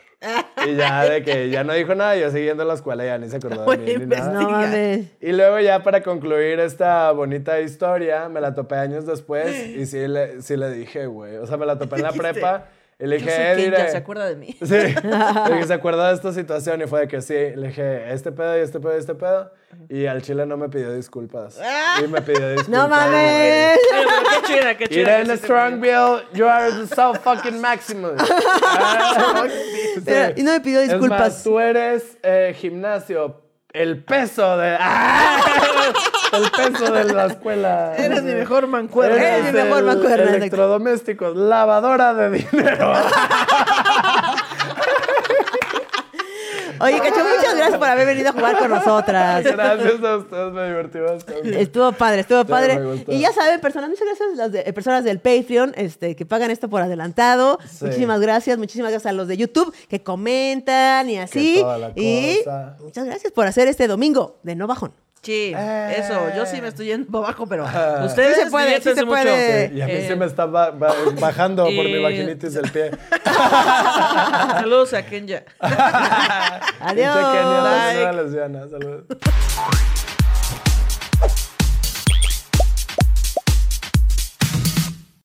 [SPEAKER 3] Y ya de que ya no dijo nada, yo siguiendo la escuela ya ni se acordaba de mí ni
[SPEAKER 1] pues,
[SPEAKER 3] nada.
[SPEAKER 2] No mames.
[SPEAKER 3] Y luego ya para concluir esta bonita historia, me la topé años después y sí le, sí le dije, güey. O sea, me la topé en la
[SPEAKER 1] Dijiste,
[SPEAKER 3] prepa y le
[SPEAKER 1] Yo
[SPEAKER 3] dije,
[SPEAKER 1] soy
[SPEAKER 3] "Eh,
[SPEAKER 1] Ken,
[SPEAKER 3] dire".
[SPEAKER 1] ya se acuerda de mí.
[SPEAKER 3] Sí, le dije, ¿se acuerda de esta situación? Y fue de que sí, le dije, este pedo y este pedo y este pedo. Y al chile no me pidió disculpas. Y me pidió disculpas.
[SPEAKER 2] No mames.
[SPEAKER 1] Pero, pero qué chida, Ah. qué chida.
[SPEAKER 3] Irene
[SPEAKER 1] que se-
[SPEAKER 3] Strongville, you are the so fucking maximum. Ah, sí.
[SPEAKER 2] Pero, y no me pidió
[SPEAKER 3] Es más,
[SPEAKER 2] disculpas.
[SPEAKER 3] tú eres eh, gimnasio, el peso de. ¡Ah! El peso de la escuela.
[SPEAKER 1] Eres mi mejor mancuerna.
[SPEAKER 2] Eres mi mejor
[SPEAKER 3] el
[SPEAKER 2] mancuerna, exacto.
[SPEAKER 3] Electrodomésticos, lavadora de dinero.
[SPEAKER 2] Oye, Cacho, muchas gracias por haber venido a jugar con nosotras.
[SPEAKER 3] Gracias a ustedes, me divertí bastante.
[SPEAKER 2] Estuvo padre, estuvo padre.
[SPEAKER 3] me gustó.
[SPEAKER 2] Y ya saben, personas, muchas gracias a las de- eh, personas del Patreon este, que pagan esto por adelantado.
[SPEAKER 3] Sí.
[SPEAKER 2] Muchísimas gracias, muchísimas gracias a los de YouTube que comentan y así.
[SPEAKER 3] Que toda la
[SPEAKER 2] y
[SPEAKER 3] cosa.
[SPEAKER 2] muchas gracias por hacer este domingo de No Bajón.
[SPEAKER 1] Sí,
[SPEAKER 3] Eh.
[SPEAKER 1] eso. Yo sí me estoy yendo para abajo, pero
[SPEAKER 3] Ah.
[SPEAKER 1] ustedes
[SPEAKER 2] Sí se puede, sí se
[SPEAKER 1] diviértanse
[SPEAKER 2] puede.
[SPEAKER 1] mucho.
[SPEAKER 3] Y a mí
[SPEAKER 1] Eh,
[SPEAKER 3] se me está ba- ba- bajando por mi
[SPEAKER 1] eh,
[SPEAKER 3] vaginitis del pie.
[SPEAKER 1] Saludos a Kenya.
[SPEAKER 2] Adiós.
[SPEAKER 3] Pinche Kenia,
[SPEAKER 2] Bye.
[SPEAKER 3] no era lesbiana, saludos.